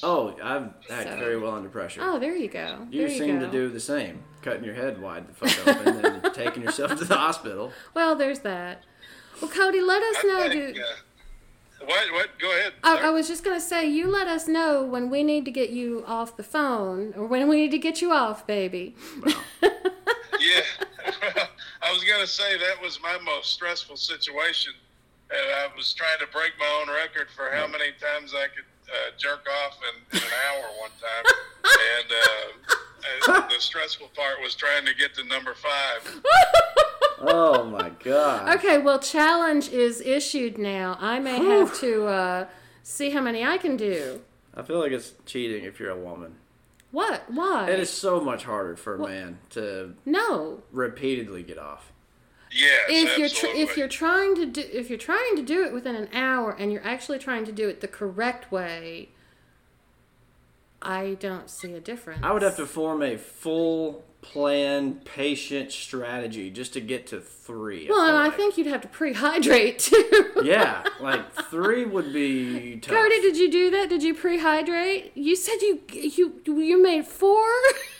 Oh, I act
So-
very well under pressure.
Oh, there you go.
you
there
seem
you go.
to do the same, cutting your head wide the fuck open and taking yourself to the hospital.
Well, there's that. Well, Cody, let us
I
know.
think,
do-
uh, what, what, go ahead.
I, I was just gonna say, you let us know when we need to get you off the phone, or when we need to get you off, baby.
yeah. I was going to say that was my most stressful situation. And I was trying to break my own record for how many times I could uh, jerk off in, in an hour one time. and uh, and the stressful part was trying to get to number five.
Oh my god!
Okay, well, challenge is issued now. I may have to uh, see how many I can do.
I feel like it's cheating if you're a woman.
What? Why?
It is so much harder for a man to
no.
repeatedly get off.
Yes,
If you're tr-
absolutely.
if you're trying to do if you're trying to do it within an hour and you're actually trying to do it the correct way, I don't see a difference.
I would have to form a full plan, patient strategy just to get to three.
Well,
feel
and I
like.
think you'd have to prehydrate too.
yeah, like three would be tough.
Cody, did you do that? Did you prehydrate? You said you you you made four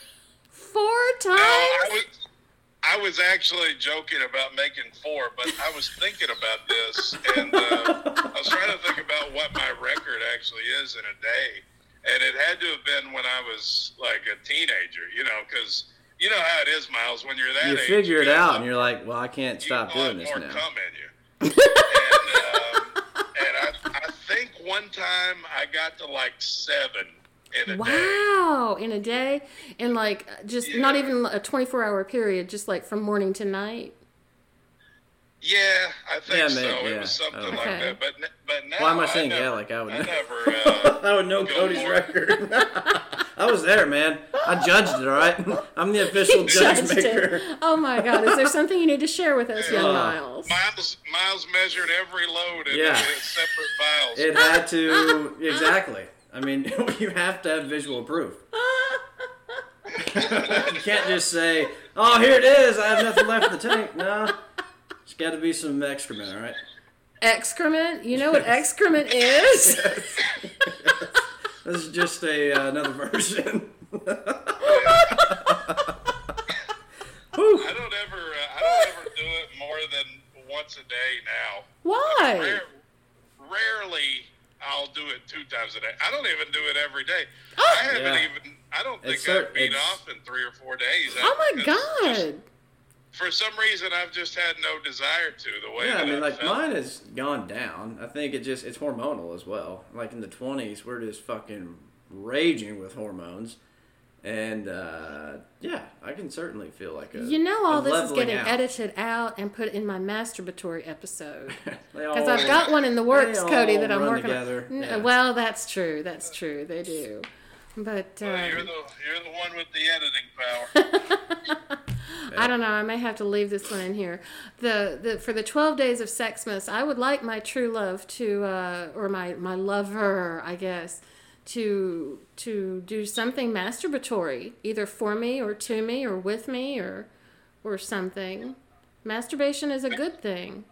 four times.
No, I was, I was actually joking about making four, but I was thinking about this, and uh, I was trying to think about what my record actually is in a day, and it had to have been when I was like a teenager, you know, because you know how it is, Miles, when you're that
you
age,
figure it
got
out,
a
and you're like, "Well, I can't stop
you
doing
want
this
more
now."
cum in you. and um, and I, I think one time I got to like seven in a day.
Wow, in a day, in like just not
Yeah.
even a 24 hour period, just like from morning to night.
Yeah, I think
Yeah,
so.
maybe,
It
yeah.
was something
Okay.
like that. But n- but now
Why am I saying
never,
yeah? Like I would.
I
Know.
never. Uh,
I would know
Go
Cody's
for it.
record. I was there, man. I judged it. All right, I'm the official judge
Judged
maker.
it. Oh my God! Is there something you need to share with us, young
Oh.
Miles?
Miles Miles measured every load in
Yeah.
in separate vials.
It had to exactly. I mean, you have to have visual proof. you can't just say, "Oh, here it is. I have nothing left in the tank." No, it's got to be some excrement, all right?
Excrement? You know what excrement is?
This is just a uh, another version. Whew.
I don't ever, uh, I don't ever do it more than once a day now.
Why?
Rare, rarely, I'll do it two times a day. I don't even do it every day. I haven't
Yeah.
even. I don't think
It's
I've
cer-
beat
it's-
off in three or four days.
Oh my
I- it's just-
god.
For some reason, I've just had no desire to. The way.
Yeah, I
that
mean,
I've
like
felt.
mine has gone down. I think it just it's hormonal as well. Like in the twenties, we're just fucking raging with hormones, and uh, yeah, I can certainly feel like a
You know all
a
this is
leveling
getting
out.
edited out and put in my masturbatory episode.
They
Because
all-
I've got one in the works,
all
Cody, that I'm
run
working
together,
on. N-
yeah.
Well, that's true. That's true. They do. But
Uh,
um,
you're the you're the one with the editing power.
I don't know. I may have to leave this one in here. The, the for the twelve days of Sexmas, I would like my true love to, uh, or my my lover, I guess, to to do something masturbatory, either for me or to me or with me or or something. Masturbation is a good thing.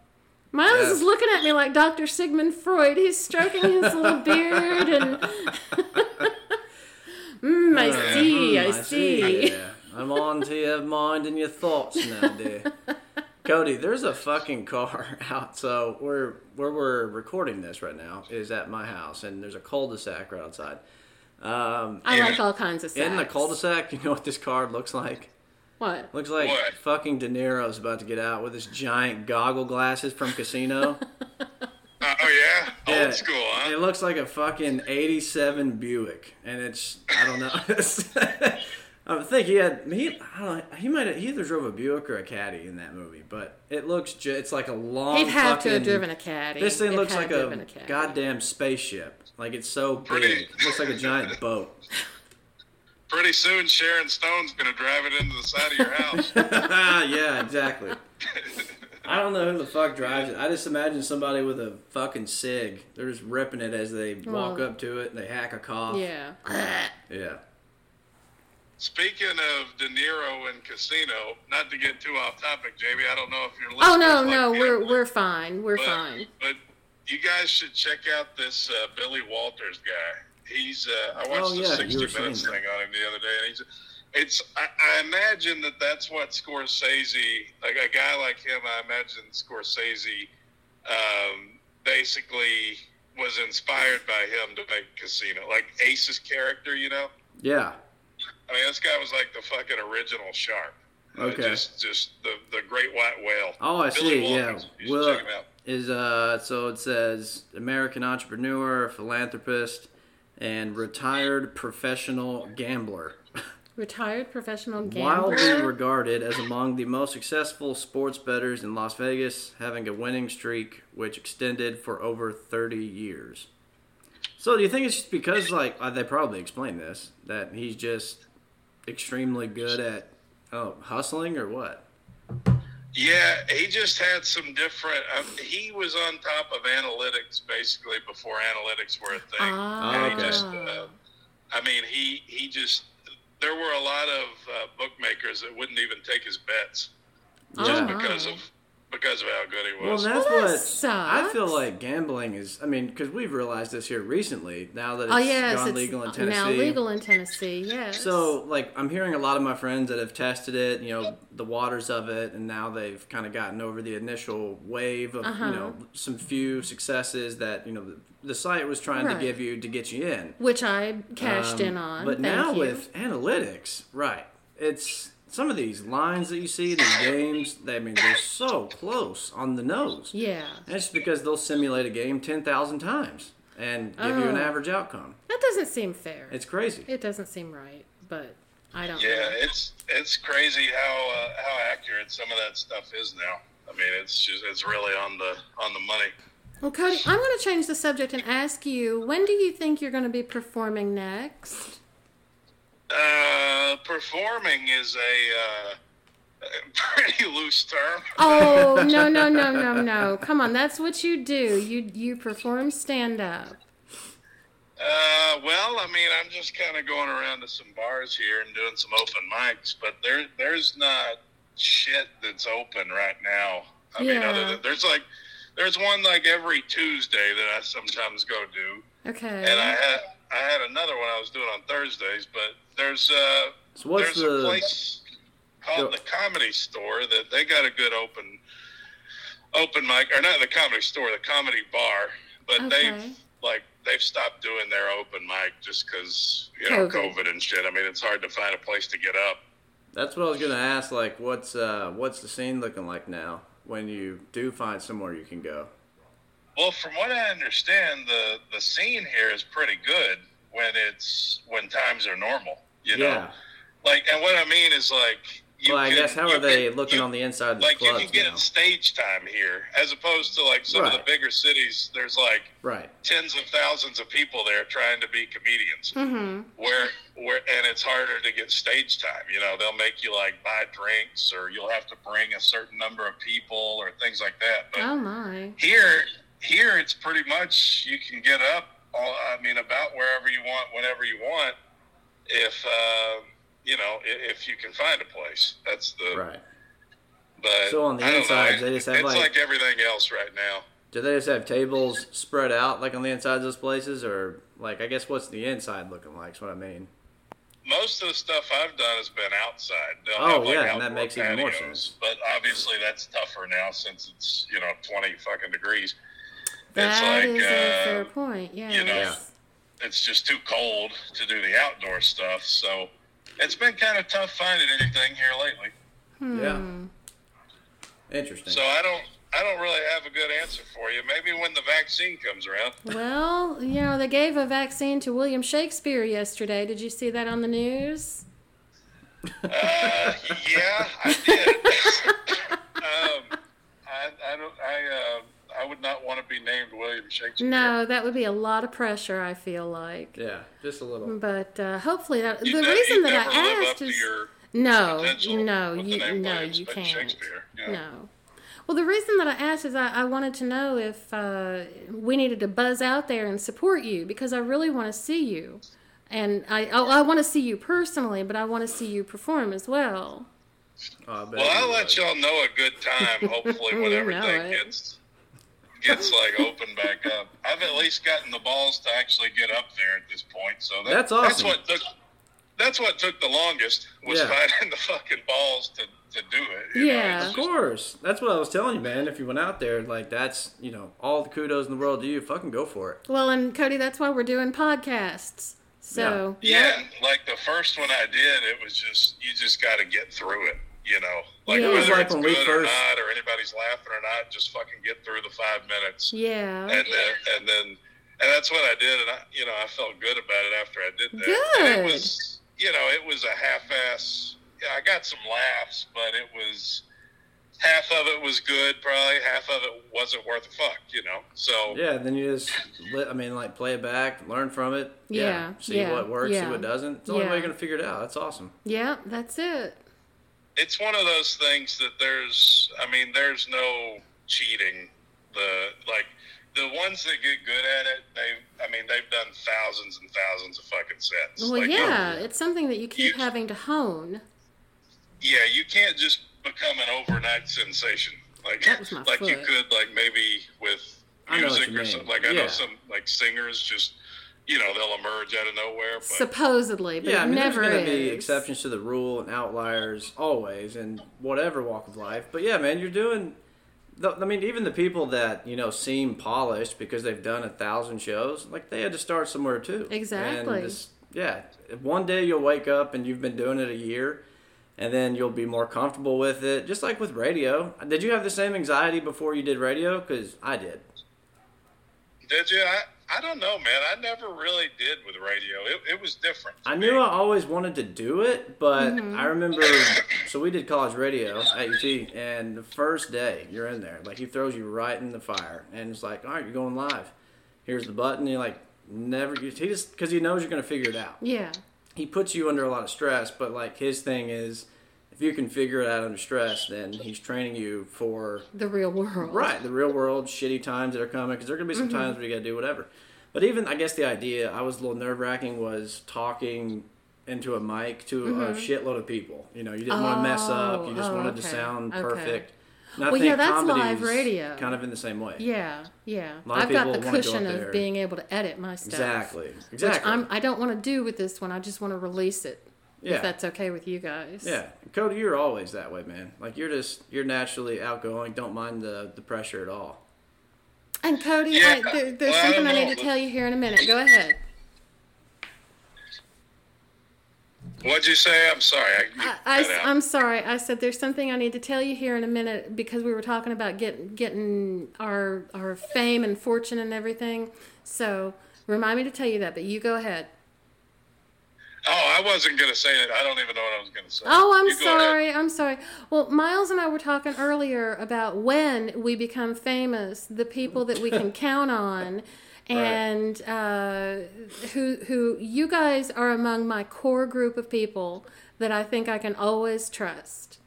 Miles
Yeah.
is looking at me like Dr. Sigmund Freud. He's stroking his little beard and. mm, I
Yeah,
see,
hmm,
I see.
Yeah. I'm on to your mind and your thoughts now, dear. Cody, there's a fucking car out. So where where we're recording this right now is at my house, and there's a cul-de-sac right outside. Um,
I
Yeah.
like all kinds of sex.
in the cul-de-sac, you know what this car looks like?
What?
Looks like
What?
fucking De Niro's about to get out with his giant goggle glasses from Casino.
Uh, oh yeah?
Yeah.
old school, huh?
It looks like a fucking '87 Buick, and it's I don't know. I think he had he I don't know, he might have, he either drove a Buick or a Caddy in that movie, but it looks ju- it's like a long.
He'd have to
fucking-
have driven a caddy.
This thing
He'd
looks
have
like
to have been
a,
caddy.
goddamn spaceship. Like it's so big,
Pretty.
it looks like a giant boat.
Pretty soon, Sharon Stone's gonna drive it into the side of your house.
yeah, exactly. I don't know who the fuck drives it. I just imagine somebody with a fucking sig. They're just ripping it as they walk
Well-
up to it and they hack a cough.
Yeah.
Yeah.
Speaking of De Niro and Casino, not to get too off topic, Jamie, I don't know if you're
Oh
listening.
no, no, we're we're fine. We're fine.
But you guys should check out this uh, Billy Walters guy. He's uh, I watched
Oh,
the
yeah, you were
60 Minutes
saying that.
thing on him the other day, and he's it's I, I imagine that that's what Scorsese, like a guy like him, I imagine Scorsese um, basically was inspired by him to make Casino, like Ace's character, you know.
Yeah.
I mean, this guy was like the fucking original shark. Uh,
Okay.
Just, just the, the great white whale.
Oh, I
Billy
see. Yeah.
Walters. You should
Will
check him out.
is uh so it says American entrepreneur, philanthropist, and retired professional gambler.
Retired professional
Wildly
gambler.
regarded as among the most successful sports bettors in Las Vegas, having a winning streak which extended for over 30 years. So, do you think it's just because, like, uh, they probably explained this, that he's just extremely good at oh, hustling or what?
Yeah, he just had some different. Um, he was on top of analytics basically before analytics were a thing.
Ah.
And he just, uh, I mean, he he just. There were a lot of uh, bookmakers that wouldn't even take his bets just
Yeah.
because of because of how good he
Oh. Well,
was.
that's
Oh Well, that
what I feel
sucks.
like gambling is. I mean, because we've realized this here recently. Now that it's
Oh yes,
gone
it's
legal in Tennessee,
now legal in Tennessee. Yes.
So, like, I'm hearing a lot of my friends that have tested it, you know, the waters of it, and now they've kind of gotten over the initial wave of,
Uh-huh.
you know, some few successes that, you know, the, the site was trying
Right.
to give you to get you in.
which I cashed
Um,
in on.
But
Thank
now
you.
with analytics, right? It's some of these lines that you see, these games. They, I mean, they're so close on the nose.
yeah,
And it's because they'll simulate a game ten thousand times and give you an
Oh.
average outcome.
that doesn't seem fair.
It's crazy.
it doesn't seem right, but I don't.
yeah,
know.
it's it's crazy how uh, how accurate some of that stuff is now. I mean, it's just it's really on the on the money.
Well, Cody, I'm going to change the subject and ask you: When do you think you're going to be performing next?
Uh, performing is a, uh, a pretty loose term.
Oh no no no no no! Come on, that's what you do. You you perform stand up.
Uh, well, I mean, I'm just kind of going around to some bars here and doing some open mics, but there there's not shit that's open right now. I mean,
Yeah.
other than, there's like there's one like every Tuesday that I sometimes go do,
Okay.
and I had I had another one I was doing on Thursdays, but there's uh
So what's
there's
the
a place called
the-
the Comedy Store that they got a good open open mic or not the Comedy Store, the Comedy Bar, but
Okay.
they've like they've stopped doing their open mic just because you know
COVID.
COVID and shit. I mean, it's hard to find a place to get up.
That's what I was gonna ask. Like, what's uh, what's the scene looking like now when you do find somewhere you can go?
Well, from what I understand, the the scene here is pretty good when it's when times are normal. You know,
yeah.
like and what I mean is like. You
well, I
could-
guess how
you
are they
could-
looking
you
on the inside of the
like you
clubs
can get
now?
stage time here as opposed to like some of the
Right.
bigger cities there's like
Right.
tens of thousands of people there trying to be comedians
mm-hmm.
where where and it's harder to get stage time you know they'll make you like buy drinks or you'll have to bring a certain number of people or things like that but
Oh my.
here here it's pretty much you can get up all i mean about wherever you want whenever you want if uh, you know i- if you can find a place that's the
Right.
but
So on the
I don't
insides,
know.
they just have,
it's
like-
like, everything else right now.
Do they just have tables spread out like on the insides of those places, or like I guess what's the inside looking like? Is what I mean.
Most of the stuff I've done has been outside. They'll
Oh,
have, like,
yeah, and that
outdoor
makes even more
patios,
sense.
But obviously that's tougher now since it's you know twenty fucking degrees. it's
That
like
is a
uh,
fair point. Yes.
know, it's just too cold to do the outdoor stuff. So it's been kind of tough finding anything here lately.
Hmm.
Interesting.
So I don't I don't really have a good answer for you. Maybe when the vaccine comes around.
Well, you know, they gave a vaccine to William Shakespeare yesterday. Did you see that on the news?
Uh, yeah, I did. um, I, I don't. I uh, I would not want to be named William Shakespeare.
No, that would be a lot of pressure, I feel like.
yeah, just a little.
But uh, hopefully, that, the
You ne-
reason
you
that
never live
I
up
asked
to
is
your
no,
potential
no,
with the
you
name
no,
William
you
Sha-
can't.
Shakespeare, yeah.
No. Well, the reason that I asked is I, I wanted to know if uh, we needed to buzz out there and support you because I really want to see you, and I oh, I want to see you personally, but I want to see you perform as well.
Oh, I bet
Well, I'll
you
let
would.
y'all know a good time. Hopefully, when
You know
everything
it.
gets gets like open back up, I've at least gotten the balls to actually get up there at this point. So that,
That's
That's
awesome.
what took. That's what took the longest was
Yeah.
finding the fucking balls to, to do it. you know?
Yeah.
It's
Of
just-
course. That's what I was telling you, man. If you went out there, like that's you know all the kudos in the world to you. Fucking go for it.
Well, and Cody, that's why we're doing podcasts. So
Yeah, like the first one I did, it was just you just got to get through it, you know. Like
Yeah. It was
whether
like
it's
when we
good or
first-
not, or anybody's laughing or not, just fucking get through the five minutes,
yeah,
and then and then and that's what I did, and I you know I felt good about it after I did that. And
Good.
it was you know it was a half-ass. Yeah, I got some laughs, but it was half of it was good, probably half of it wasn't worth a fuck, you know. So
Yeah, then you just, li- I mean, like play it back, learn from it.
Yeah,
see
yeah,
what works,
yeah.
see what doesn't. It's the only
Yeah.
way you're gonna figure it out. That's awesome.
yeah, that's it.
it's one of those things that there's i mean there's no cheating the like the ones that get good at it they i mean they've done thousands and thousands of fucking sets
Well,
Like, oh,
yeah, it's something that you keep
You-
having to hone.
yeah you can't just become an overnight sensation like
That was my
like you
foot.
could like maybe with
I know what
music
you
or
mean.
something like i
Yeah.
know some like singers just you know they'll emerge out of nowhere but
Supposedly, but
Yeah, I
it
mean,
never
there's gonna
is.
be exceptions to the rule and outliers always, in whatever walk of life. But yeah, man, you're doing. The, I mean, even the people that you know seem polished because they've done a thousand shows, like they had to start somewhere too.
Exactly.
And just, yeah, one day you'll wake up and you've been doing it a year, and then you'll be more comfortable with it. Just like with radio, did you have the same anxiety before you did radio? Because I did.
did you i I don't know, man. I never really did with radio. It, it was different. to
I
me.
knew I always wanted to do it, but I remember. So we did college radio at UT, and the first day you're in there, like he throws you right in the fire, and it's like, all right, you're going live. Here's the button. And you're like, never. He just because he knows you're going to figure it out.
yeah,
He puts you under a lot of stress, but like his thing is, if you can figure it out under stress, then he's training you for
the real world. Mm-hmm.
Right, the real world, shitty times that are coming, because there are going to be some times where you got to do whatever. But even I guess the idea I was a little nerve wracking was talking into a mic to a shitload of people. You know, you didn't want to mess up. You just
Mm-hmm. Oh,
wanted to
okay.
sound
Okay.
perfect. And
Well, yeah, that's live
comedy's
radio.
Kind of in the same way.
Yeah, yeah.
lot of
I've got
people
the
wanna go
cushion
up
of
there.
being able to edit my stuff.
Exactly.
Which
Exactly.
I'm, I don't want to do with this one. I just want to release it.
Yeah.
If that's okay with you guys.
yeah, Cody, you're always that way, man. Like you're just you're naturally outgoing. Don't mind the the pressure at all.
And Cody,
Yeah.
I, there, there's
Well, I
something I
don't
need
know.
to tell you here in a minute. Go ahead.
What'd you say? I'm sorry. I,
I,
cut out.
am sorry. I said there's something I need to tell you here in a minute because we were talking about getting getting our our fame and fortune and everything. So remind me to tell you that. But you go ahead.
Oh, I wasn't gonna say it. I don't even know what I was gonna say.
Oh, I'm
You go ahead.
sorry. I'm sorry. Well, Miles and I were talking earlier about when we become famous, the people that we can count on, and uh, who who you guys are among my core group of people that I think I can always trust.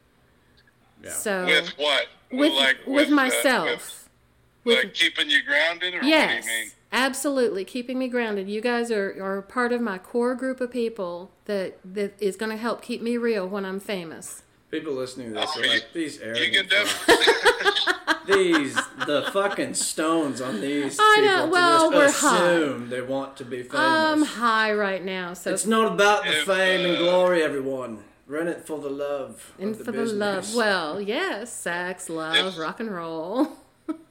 Yeah.
So
With what?
with
like
with
uh,
myself.
with,
With-
like keeping you grounded, or
yes,
what do you mean?
absolutely, keeping me grounded. You guys are are part of my core group of people that that is going to help keep me real when I'm famous.
People listening to this
Oh,
are
you-
like these
You can
arrogant. fucks.
definitely.
these the fucking stones on these.
I
people
know,
to
well,
just
we're hot. Um,
assume they want to be famous.
I'm high right now, so
It's not about the
If,
fame and
uh,
glory, everyone. Run it for the love.
And
of the
for the love,
business.
well, yes, sex, love, rock and roll.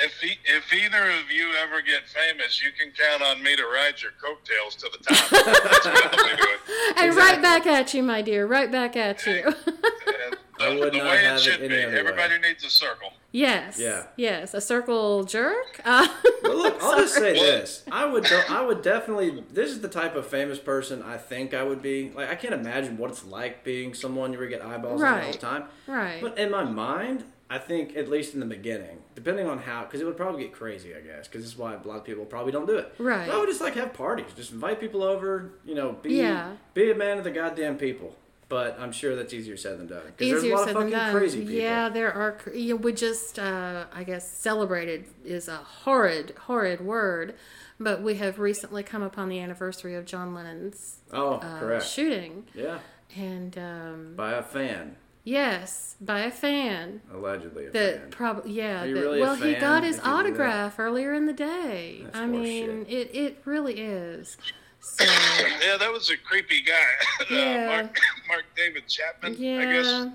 If he, if either of you ever get famous, you can count on me to ride your coattails to the top. That's what I'll be doing.
And right
Exactly.
back at you, my dear, right back at you.
And
I
the,
would
the
not
way
have
it
it
should
any
be.
other way.
Everybody needs a circle.
yes.
Yeah.
Yes, a circle jerk. Uh,
But look, I'll just say
Well-
this: I would, I would definitely. This is the type of famous person I think I would be. Like, I can't imagine what it's like being someone you would get eyeballs on all
Right.
the time.
Right.
But in my mind, I think at least in the beginning, depending on how, because it would probably get crazy, I guess, because this is why a lot of people probably don't do it.
Right.
But I would just like have parties, just invite people over. You know, be
Yeah.
be a man of the goddamn people. But I'm sure that's easier said than done. Because there's a
Easier
lot of
said than
fucking
done.
crazy people.
Yeah, there are. cr- Yeah, we just, uh, I guess, celebrated is a horrid, horrid word, but we have recently come upon the anniversary of John Lennon's
Oh,
uh,
correct.
shooting,
Yeah.
and um,
By a fan,
yes, by a fan.
allegedly. A
The
fan.
probably yeah.
Are you
the-
really a
well, he
fan
got his
if you do that?
autograph earlier in the day.
That's
I
horseshit.
mean, it it really is. So
Yeah, that was a creepy guy.
Yeah.
Uh, Mark, Mark David Chapman. I guess
yeah,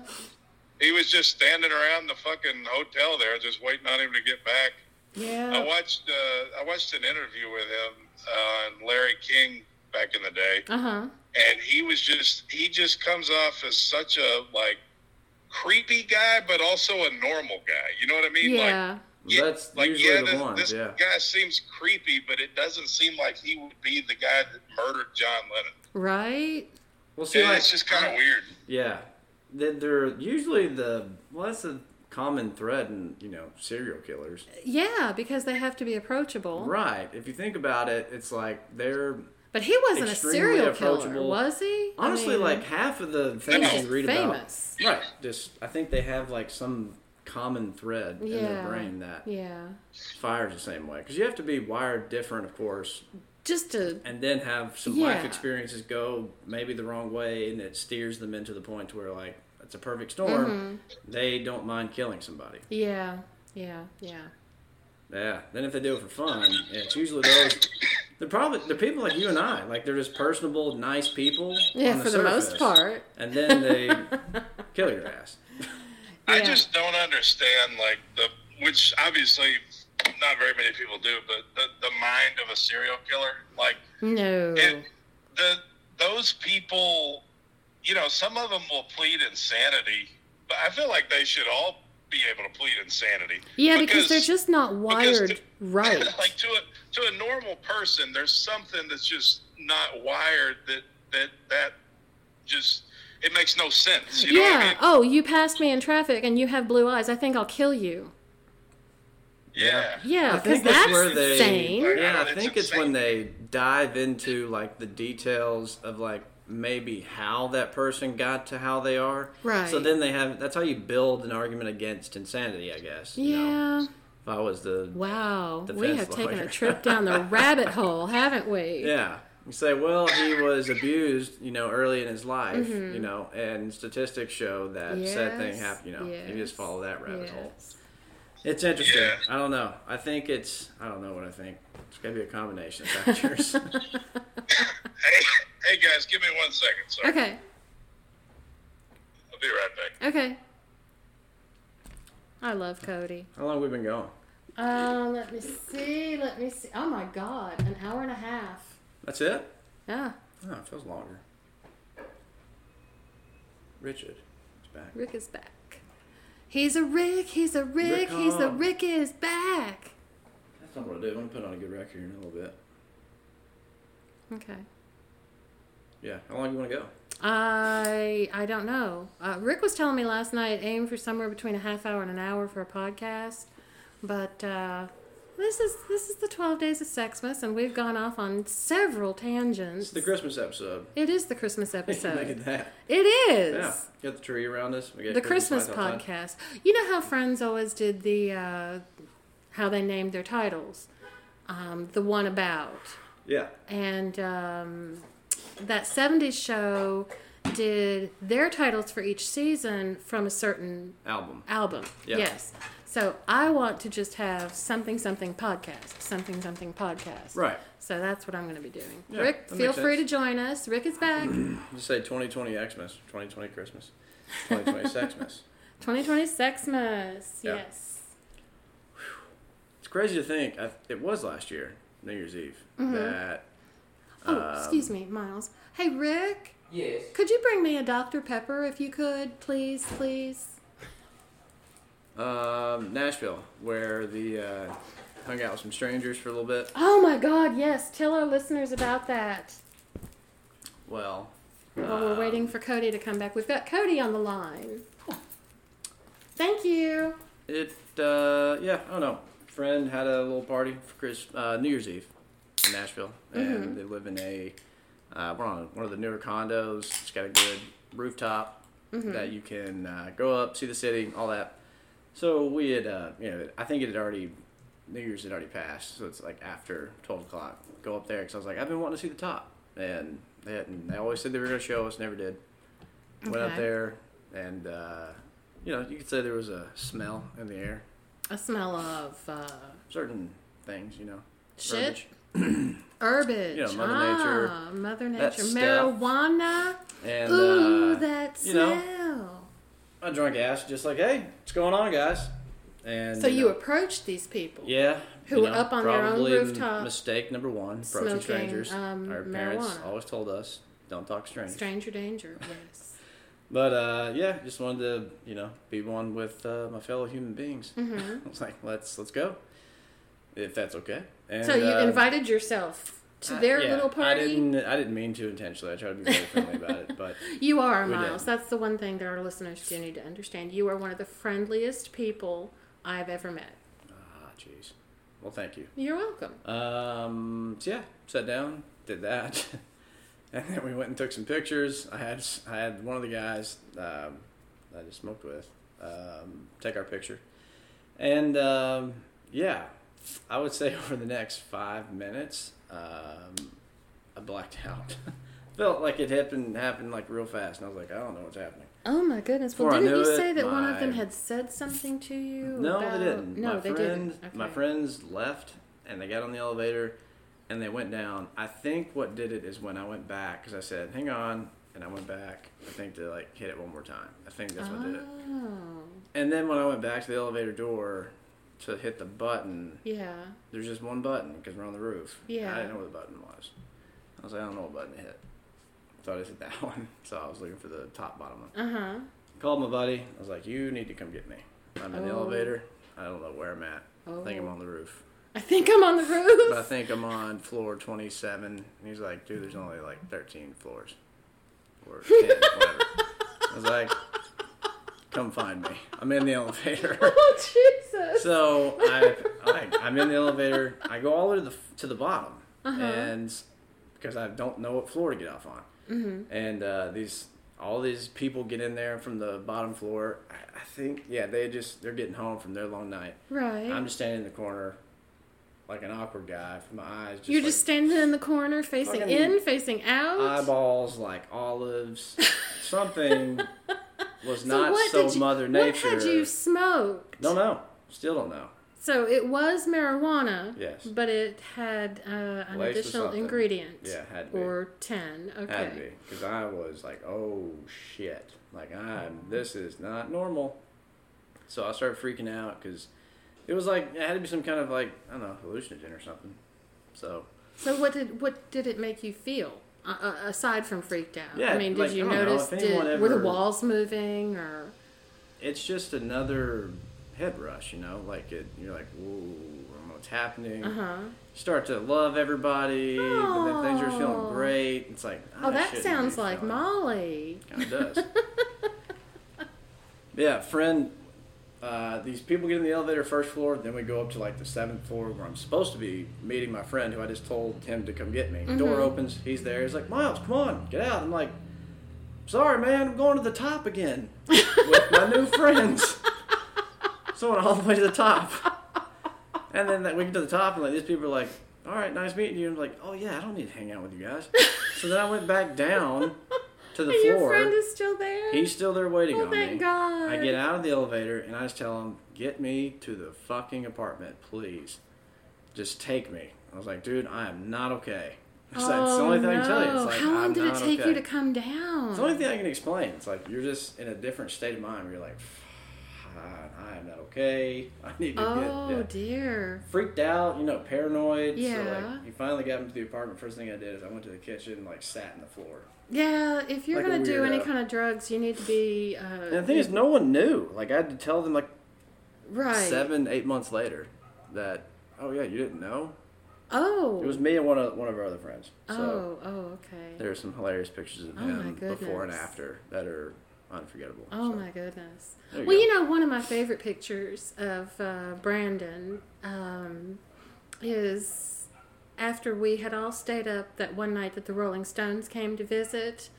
he was just standing around the fucking hotel there, just waiting on him to get back. I
yeah.
watched uh, I watched an interview with him uh, on Larry King back in the day,
Uh huh.
and he was just he just comes off as such a like creepy guy, but also a normal guy. You know what I mean? Like,
Yeah.
That's usually the
this,
one,
This
yeah.
guy seems creepy, but it doesn't seem like he would be the guy that murdered John Lennon.
Right.
Well, see,
Yeah,
like,
it's just kind of
I-
weird.
Yeah, They- they're usually the well. That's a common thread in you know serial killers,
Yeah, because they have to be approachable.
right? If you think about it, it's like they're
But he wasn't a
Extremely
serial killer,
approachable.
was he? I
honestly
mean,
like half of the
he was
things
just
you read
famous.
about, right? Just I think they have like some common thread in
Yeah.
their brain that
Yeah.
fires the same way because you have to be wired different, of course,
Just to
and then have some life
Yeah.
experiences go maybe the wrong way, and it steers them into the point to where like it's a perfect storm.
Mm-hmm.
They don't mind killing somebody.
yeah, yeah, yeah.
Yeah. Then if they do it for fun, yeah, it's usually those. They're probably they're people like you and I. Like they're just personable, nice people.
Yeah,
on
for the most
surface.
part.
And then they kill your ass.
I
Yeah.
just don't understand, like the which obviously not very many people do, but the, the mind of a serial killer. Like
No.
it, the those people, you know, some of them will plead insanity, but I feel like they should all be able to plead insanity.
yeah, because, they're just not
because
wired
to-
right.
like to a to a normal person, there's something that's just not wired that that that just it makes no sense. You know what I
yeah.
mean?
Oh, you passed me in traffic and you have blue eyes. I think I'll kill you.
Yeah.
Yeah, because that's insane.
Like,
Yeah, I
it's
think it's when they dive into like the details of like maybe how that person got to how they are.
Right.
So then they have that's how you build an argument against insanity, I guess. you know?
Yeah.
if I was the
Wow,
The
we
fence
have taken
lawyer.
a trip down the rabbit hole, haven't we?
Yeah. You say, well, he was abused, you know, early in his life, you know, and statistics show that said
Mm-hmm.
thing
Yes,
happened, you know, you
yes,
just follow that rabbit hole.
yes.
It's interesting.
Yeah.
I don't know. I think it's, I don't know what I think. It's going to be a combination of factors.
Hey, hey guys, give me one second. Sorry,
Okay,
I'll be right back.
okay. I love Cody.
How long have we been going?
Um, let me see, let me see. Oh my God, an hour and a half.
That's it?
Yeah,
Oh, it feels longer. Richard is back.
Rick is back. He's a Rick, he's a Rick, he's the
on.
Rick is back.
That's not what I do. I'm going to put on a good record here in a little bit.
Okay.
Yeah. How long do you want to go?
I I don't know. Uh, Rick was telling me last night aim for somewhere between a half hour and an hour for a podcast, but uh, this is this is the twelve days of Sexmas, and we've gone off on several tangents.
It's the Christmas episode.
It is the Christmas
Look
episode.
at that.
it is
Yeah. Got the tree around us. We got
the Christmas
lights outside.
podcast. You know how Friends always did the uh, how they named their titles. Um, the one about
Yeah.
and um, that 70s show did their titles for each season from a certain
Album.
album.
Yeah.
Yes. So I want to just have something something podcast, something something podcast.
Right.
So that's what I'm going to be doing.
Yeah,
Rick,
that
feel
makes
free to
sense.
join us. Rick is back.
Just say 2020 Xmas, 2020 Christmas, 2020 Sexmas.
2020 Sexmas.
Yeah.
Yes.
It's crazy to think I, it was last year, New Year's Eve,
Mm-hmm.
that
Oh,
Um,
excuse me, Miles. Hey, Rick,
Yes.
could you bring me a Dr. Pepper if you could, please, please?
um, Nashville, where the uh, hung out with some strangers for a little bit.
Oh my God, yes. Tell our listeners about that.
Well,
While we're
um,
waiting for Cody to come back, we've got Cody on the line. Thank you.
It uh, yeah, I don't know. Friend had a little party for Chris uh, New Year's Eve in Nashville, and
Mm-hmm.
they live in a uh, we're on one of the newer condos. It's got a good rooftop
Mm-hmm.
that you can uh, go up, see the city, all that. So we had uh, you know I think it had already New Year's had already passed, so it's like after twelve o'clock. Go up there because I was like I've been wanting to see the top, and they hadn't, they always said they were gonna show us, never did. Went up
Okay.
there and. Uh, you know, you could say there was a smell in the air.
A smell of uh,
Certain things, you know.
shit,
verbiage.
herbage.
You know, Mother
ah, Mother
that
Nature,
stuff.
marijuana.
And
Ooh,
uh,
that
you
smell.
know, I drunk ass, just like, hey, what's going on, guys? And
so you
know,
approached these people.
yeah,
who
you
were
know,
up on their own
probably
rooftop
Mistake number one:
smoking,
approaching strangers.
um,
Our parents
marijuana.
always told us, don't talk strangers.
Stranger danger. Yes.
But uh, yeah, just wanted to you know be one with uh, my fellow human beings.
Mm-hmm.
I was like, let's let's go, if that's okay. And,
so you
uh,
invited yourself to
I-
their
yeah,
little party.
I didn't. I didn't mean to intentionally. I tried to be very friendly about it, but
You are,
We
Miles.
did.
That's the one thing that our listeners do need to understand. You are one of the friendliest people I've ever met.
ah, jeez. Well, thank you.
You're welcome.
Um, so yeah, sat down, did that, and then we went and took some pictures. I had I had one of the guys um, that I just smoked with um, take our picture, and um, yeah, I would say over the next five minutes, um, I blacked out. Felt like it happened happened like real fast, and I was like, I don't know what's happening.
Oh my goodness. Well,
Before I
didn't
knew
you
it,
say that one of
my-
them had said something to you?
No,
about-
they didn't.
No,
my
they
friend,
didn't. Okay.
My friends left, and they got on the elevator, and they went down. I think what did it is when I went back because I said, "Hang on," and I went back. I think to like hit it one more time. I think that's what did it.
Oh,
And then when I went back to the elevator door to hit the button,
yeah.
there's just one button because we're on the roof.
Yeah.
I didn't know what the button was. I was like, I don't know what button to hit. So I just hit that one. So I was looking for the top bottom one.
Uh huh.
Called my buddy. I was like, "You need to come get me. I'm in the
Oh.
elevator. I don't know where I'm at. I think I'm
Oh.
on the roof,
I think I'm on the
but I
roof.
think I'm on floor 27." And he's like, "Dude, there's only like 13 floors, or 10, whatever." I was like, "Come find me. I'm in the elevator."
Oh, Jesus.
so I, I, I'm in the elevator. I go all the way to the to the bottom,
Uh-huh. Mm-hmm.
and because I don't know what floor to get off on, and uh, these all these people get in there from the bottom floor. I, I think yeah, they just they're getting home from their long night.
Right.
I'm just standing in the corner, like an awkward guy. From my eyes, just
You're
like,
just standing in the corner, facing
Fucking
in, facing out.
eyeballs like olives. Something was not
what
so
did you-
Mother Nature.
What had you smoked?
Don't know. Still don't know.
So it was marijuana.
Yes.
But it had uh, an
Laced with
additional
something.
ingredient.
Yeah, had to be.
Or ten. Okay.
Had to be because I was like, oh shit, like I'm this is not normal. So I started freaking out because it was like it had to be some kind of like I don't know hallucinogen or something. So
So what did what did it make you feel? Uh, uh, aside from freaked out,
Yeah,
I mean, did
like,
you
I don't know,
notice?
if
did,
anyone
were the
ever-
walls moving, or
it's just another head rush, you know. Like it, you're like, whoa, I don't know what's happening.
uh huh?
start to love everybody, and then things are
Aw.
feeling great. It's like,
Oh, that sounds like Molly.
Kind of does. yeah, friend. Uh, these people get in the elevator first floor, then we go up to like the seventh floor where I'm supposed to be meeting my friend who I just told him to come get me.
Mm-hmm.
Door opens, he's there. He's like, Miles, come on, get out. I'm like, sorry, man, I'm going to the top again with my new friends. So I went all the way to the top. And then that, we get to the top, and like these people are like, "All right, nice meeting you." And I'm like, "Oh yeah, I don't need to hang out with you guys." so then I went back down to the
And your
floor.
friend is still there.
He's still there waiting
Oh,
on
thank
me.
God.
I get out of the elevator and I just tell him, "Get me to the fucking apartment, please. Just take me." I was like, "Dude, I am not okay." It's like, it's the
Oh,
only thing I can tell you. It's
no.
like,
How long
I'm
did it
not
take
okay.
you to come down?
It's the only thing I can explain. It's like you're just in a different state of mind. Where you're like, "I am not okay. I need to
oh
get." yeah
dear.
freaked out, you know, paranoid. So
Yeah.
like, he finally got into the apartment. First thing I did is I went to the kitchen and like sat in the floor.
Yeah, if you're
Like a
gonna do any
weirdo.
kind of drugs, you need to be uh,
And the thing is, no one knew. Like I had to tell them like
right.
seven, eight months later that, oh yeah, you didn't know.
Oh.
It was me and one of one of our other friends. So
oh. Oh. Okay.
there are some hilarious pictures of
Oh, my
him before and
goodness.
after that are unforgettable.
Oh
So,
my goodness.
there
well,
go.
you know, one of my favorite pictures of uh, Brandon um, is after we had all stayed up that one night that the Rolling Stones came to visit.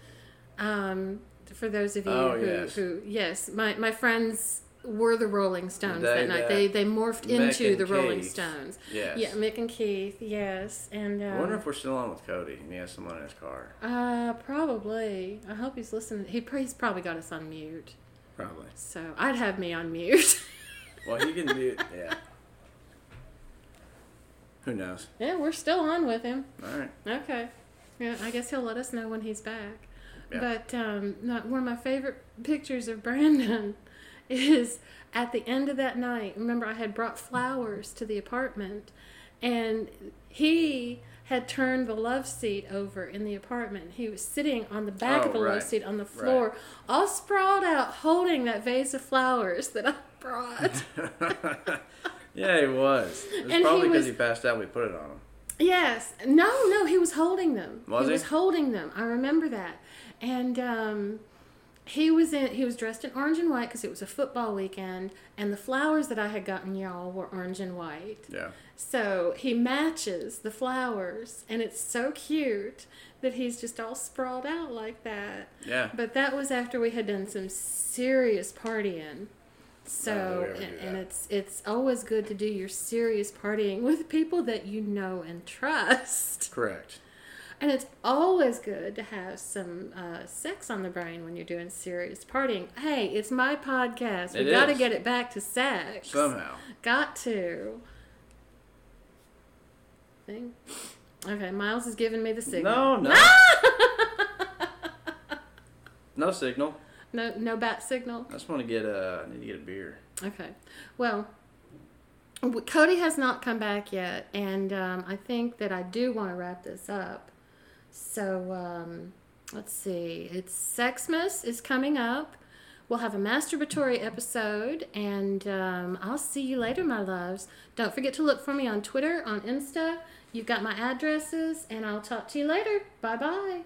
Um, for those of you
Oh,
who,
yes.
who, yes, my, my friends were the Rolling Stones
They-
that night.
that-
they they morphed
Mick
into
and
the Rolling
Keith.
Stones.
Yes.
Yeah, Mick and Keith. Yes, and um,
I wonder if we're still on with Cody and he has someone in his car.
Uh, probably. I hope he's listening. He pr- he's probably got us on mute.
Probably.
So I'd have me on mute.
Well, he can do. Yeah. Who knows?
yeah, we're still on with him.
All right.
Okay. Yeah, I guess he'll let us know when he's back.
Yeah.
But um, no, one of my favorite pictures of Brandon is at the end of that night. Remember, I had brought flowers to the apartment, and he had turned the love seat over in the apartment. He was sitting on the back
Oh,
of the love
right.
seat on the
Right.
floor, all sprawled out, holding that vase of flowers that I brought.
yeah, he was. It
And
was
he
probably because
was-
he, passed out. We put it on him.
Yes. No, no, he was holding them.
Was he?
was holding them. I remember that. And um, he was in he was dressed in orange and white because it was a football weekend and the flowers that I had gotten y'all were orange and white.
Yeah.
So he matches the flowers and it's so cute that he's just all sprawled out like that.
Yeah.
But that was after we had done some serious partying. So
Yeah, we always
and,
do
and
that.
it's it's always good to do your serious partying with people that you know and trust.
Correct.
And it's always good to have some uh, sex on the brain when you're doing serious partying. Hey, it's my podcast. We
It
got to
is.
get it back to sex.
Somehow.
Got to. Thing. Okay, Miles is giving me the signal.
No, no. no signal.
No, no, no bat signal.
I just want to get a. I need to get a beer.
Okay. Well, w- Cody has not come back yet, and um, I think that I do want to wrap this up. So um, let's see. It's Sexmas is coming up. We'll have a masturbatory episode, and um, I'll see you later, my loves. Don't forget to look for me on Twitter, on Insta. You've got my addresses, and I'll talk to you later. Bye bye.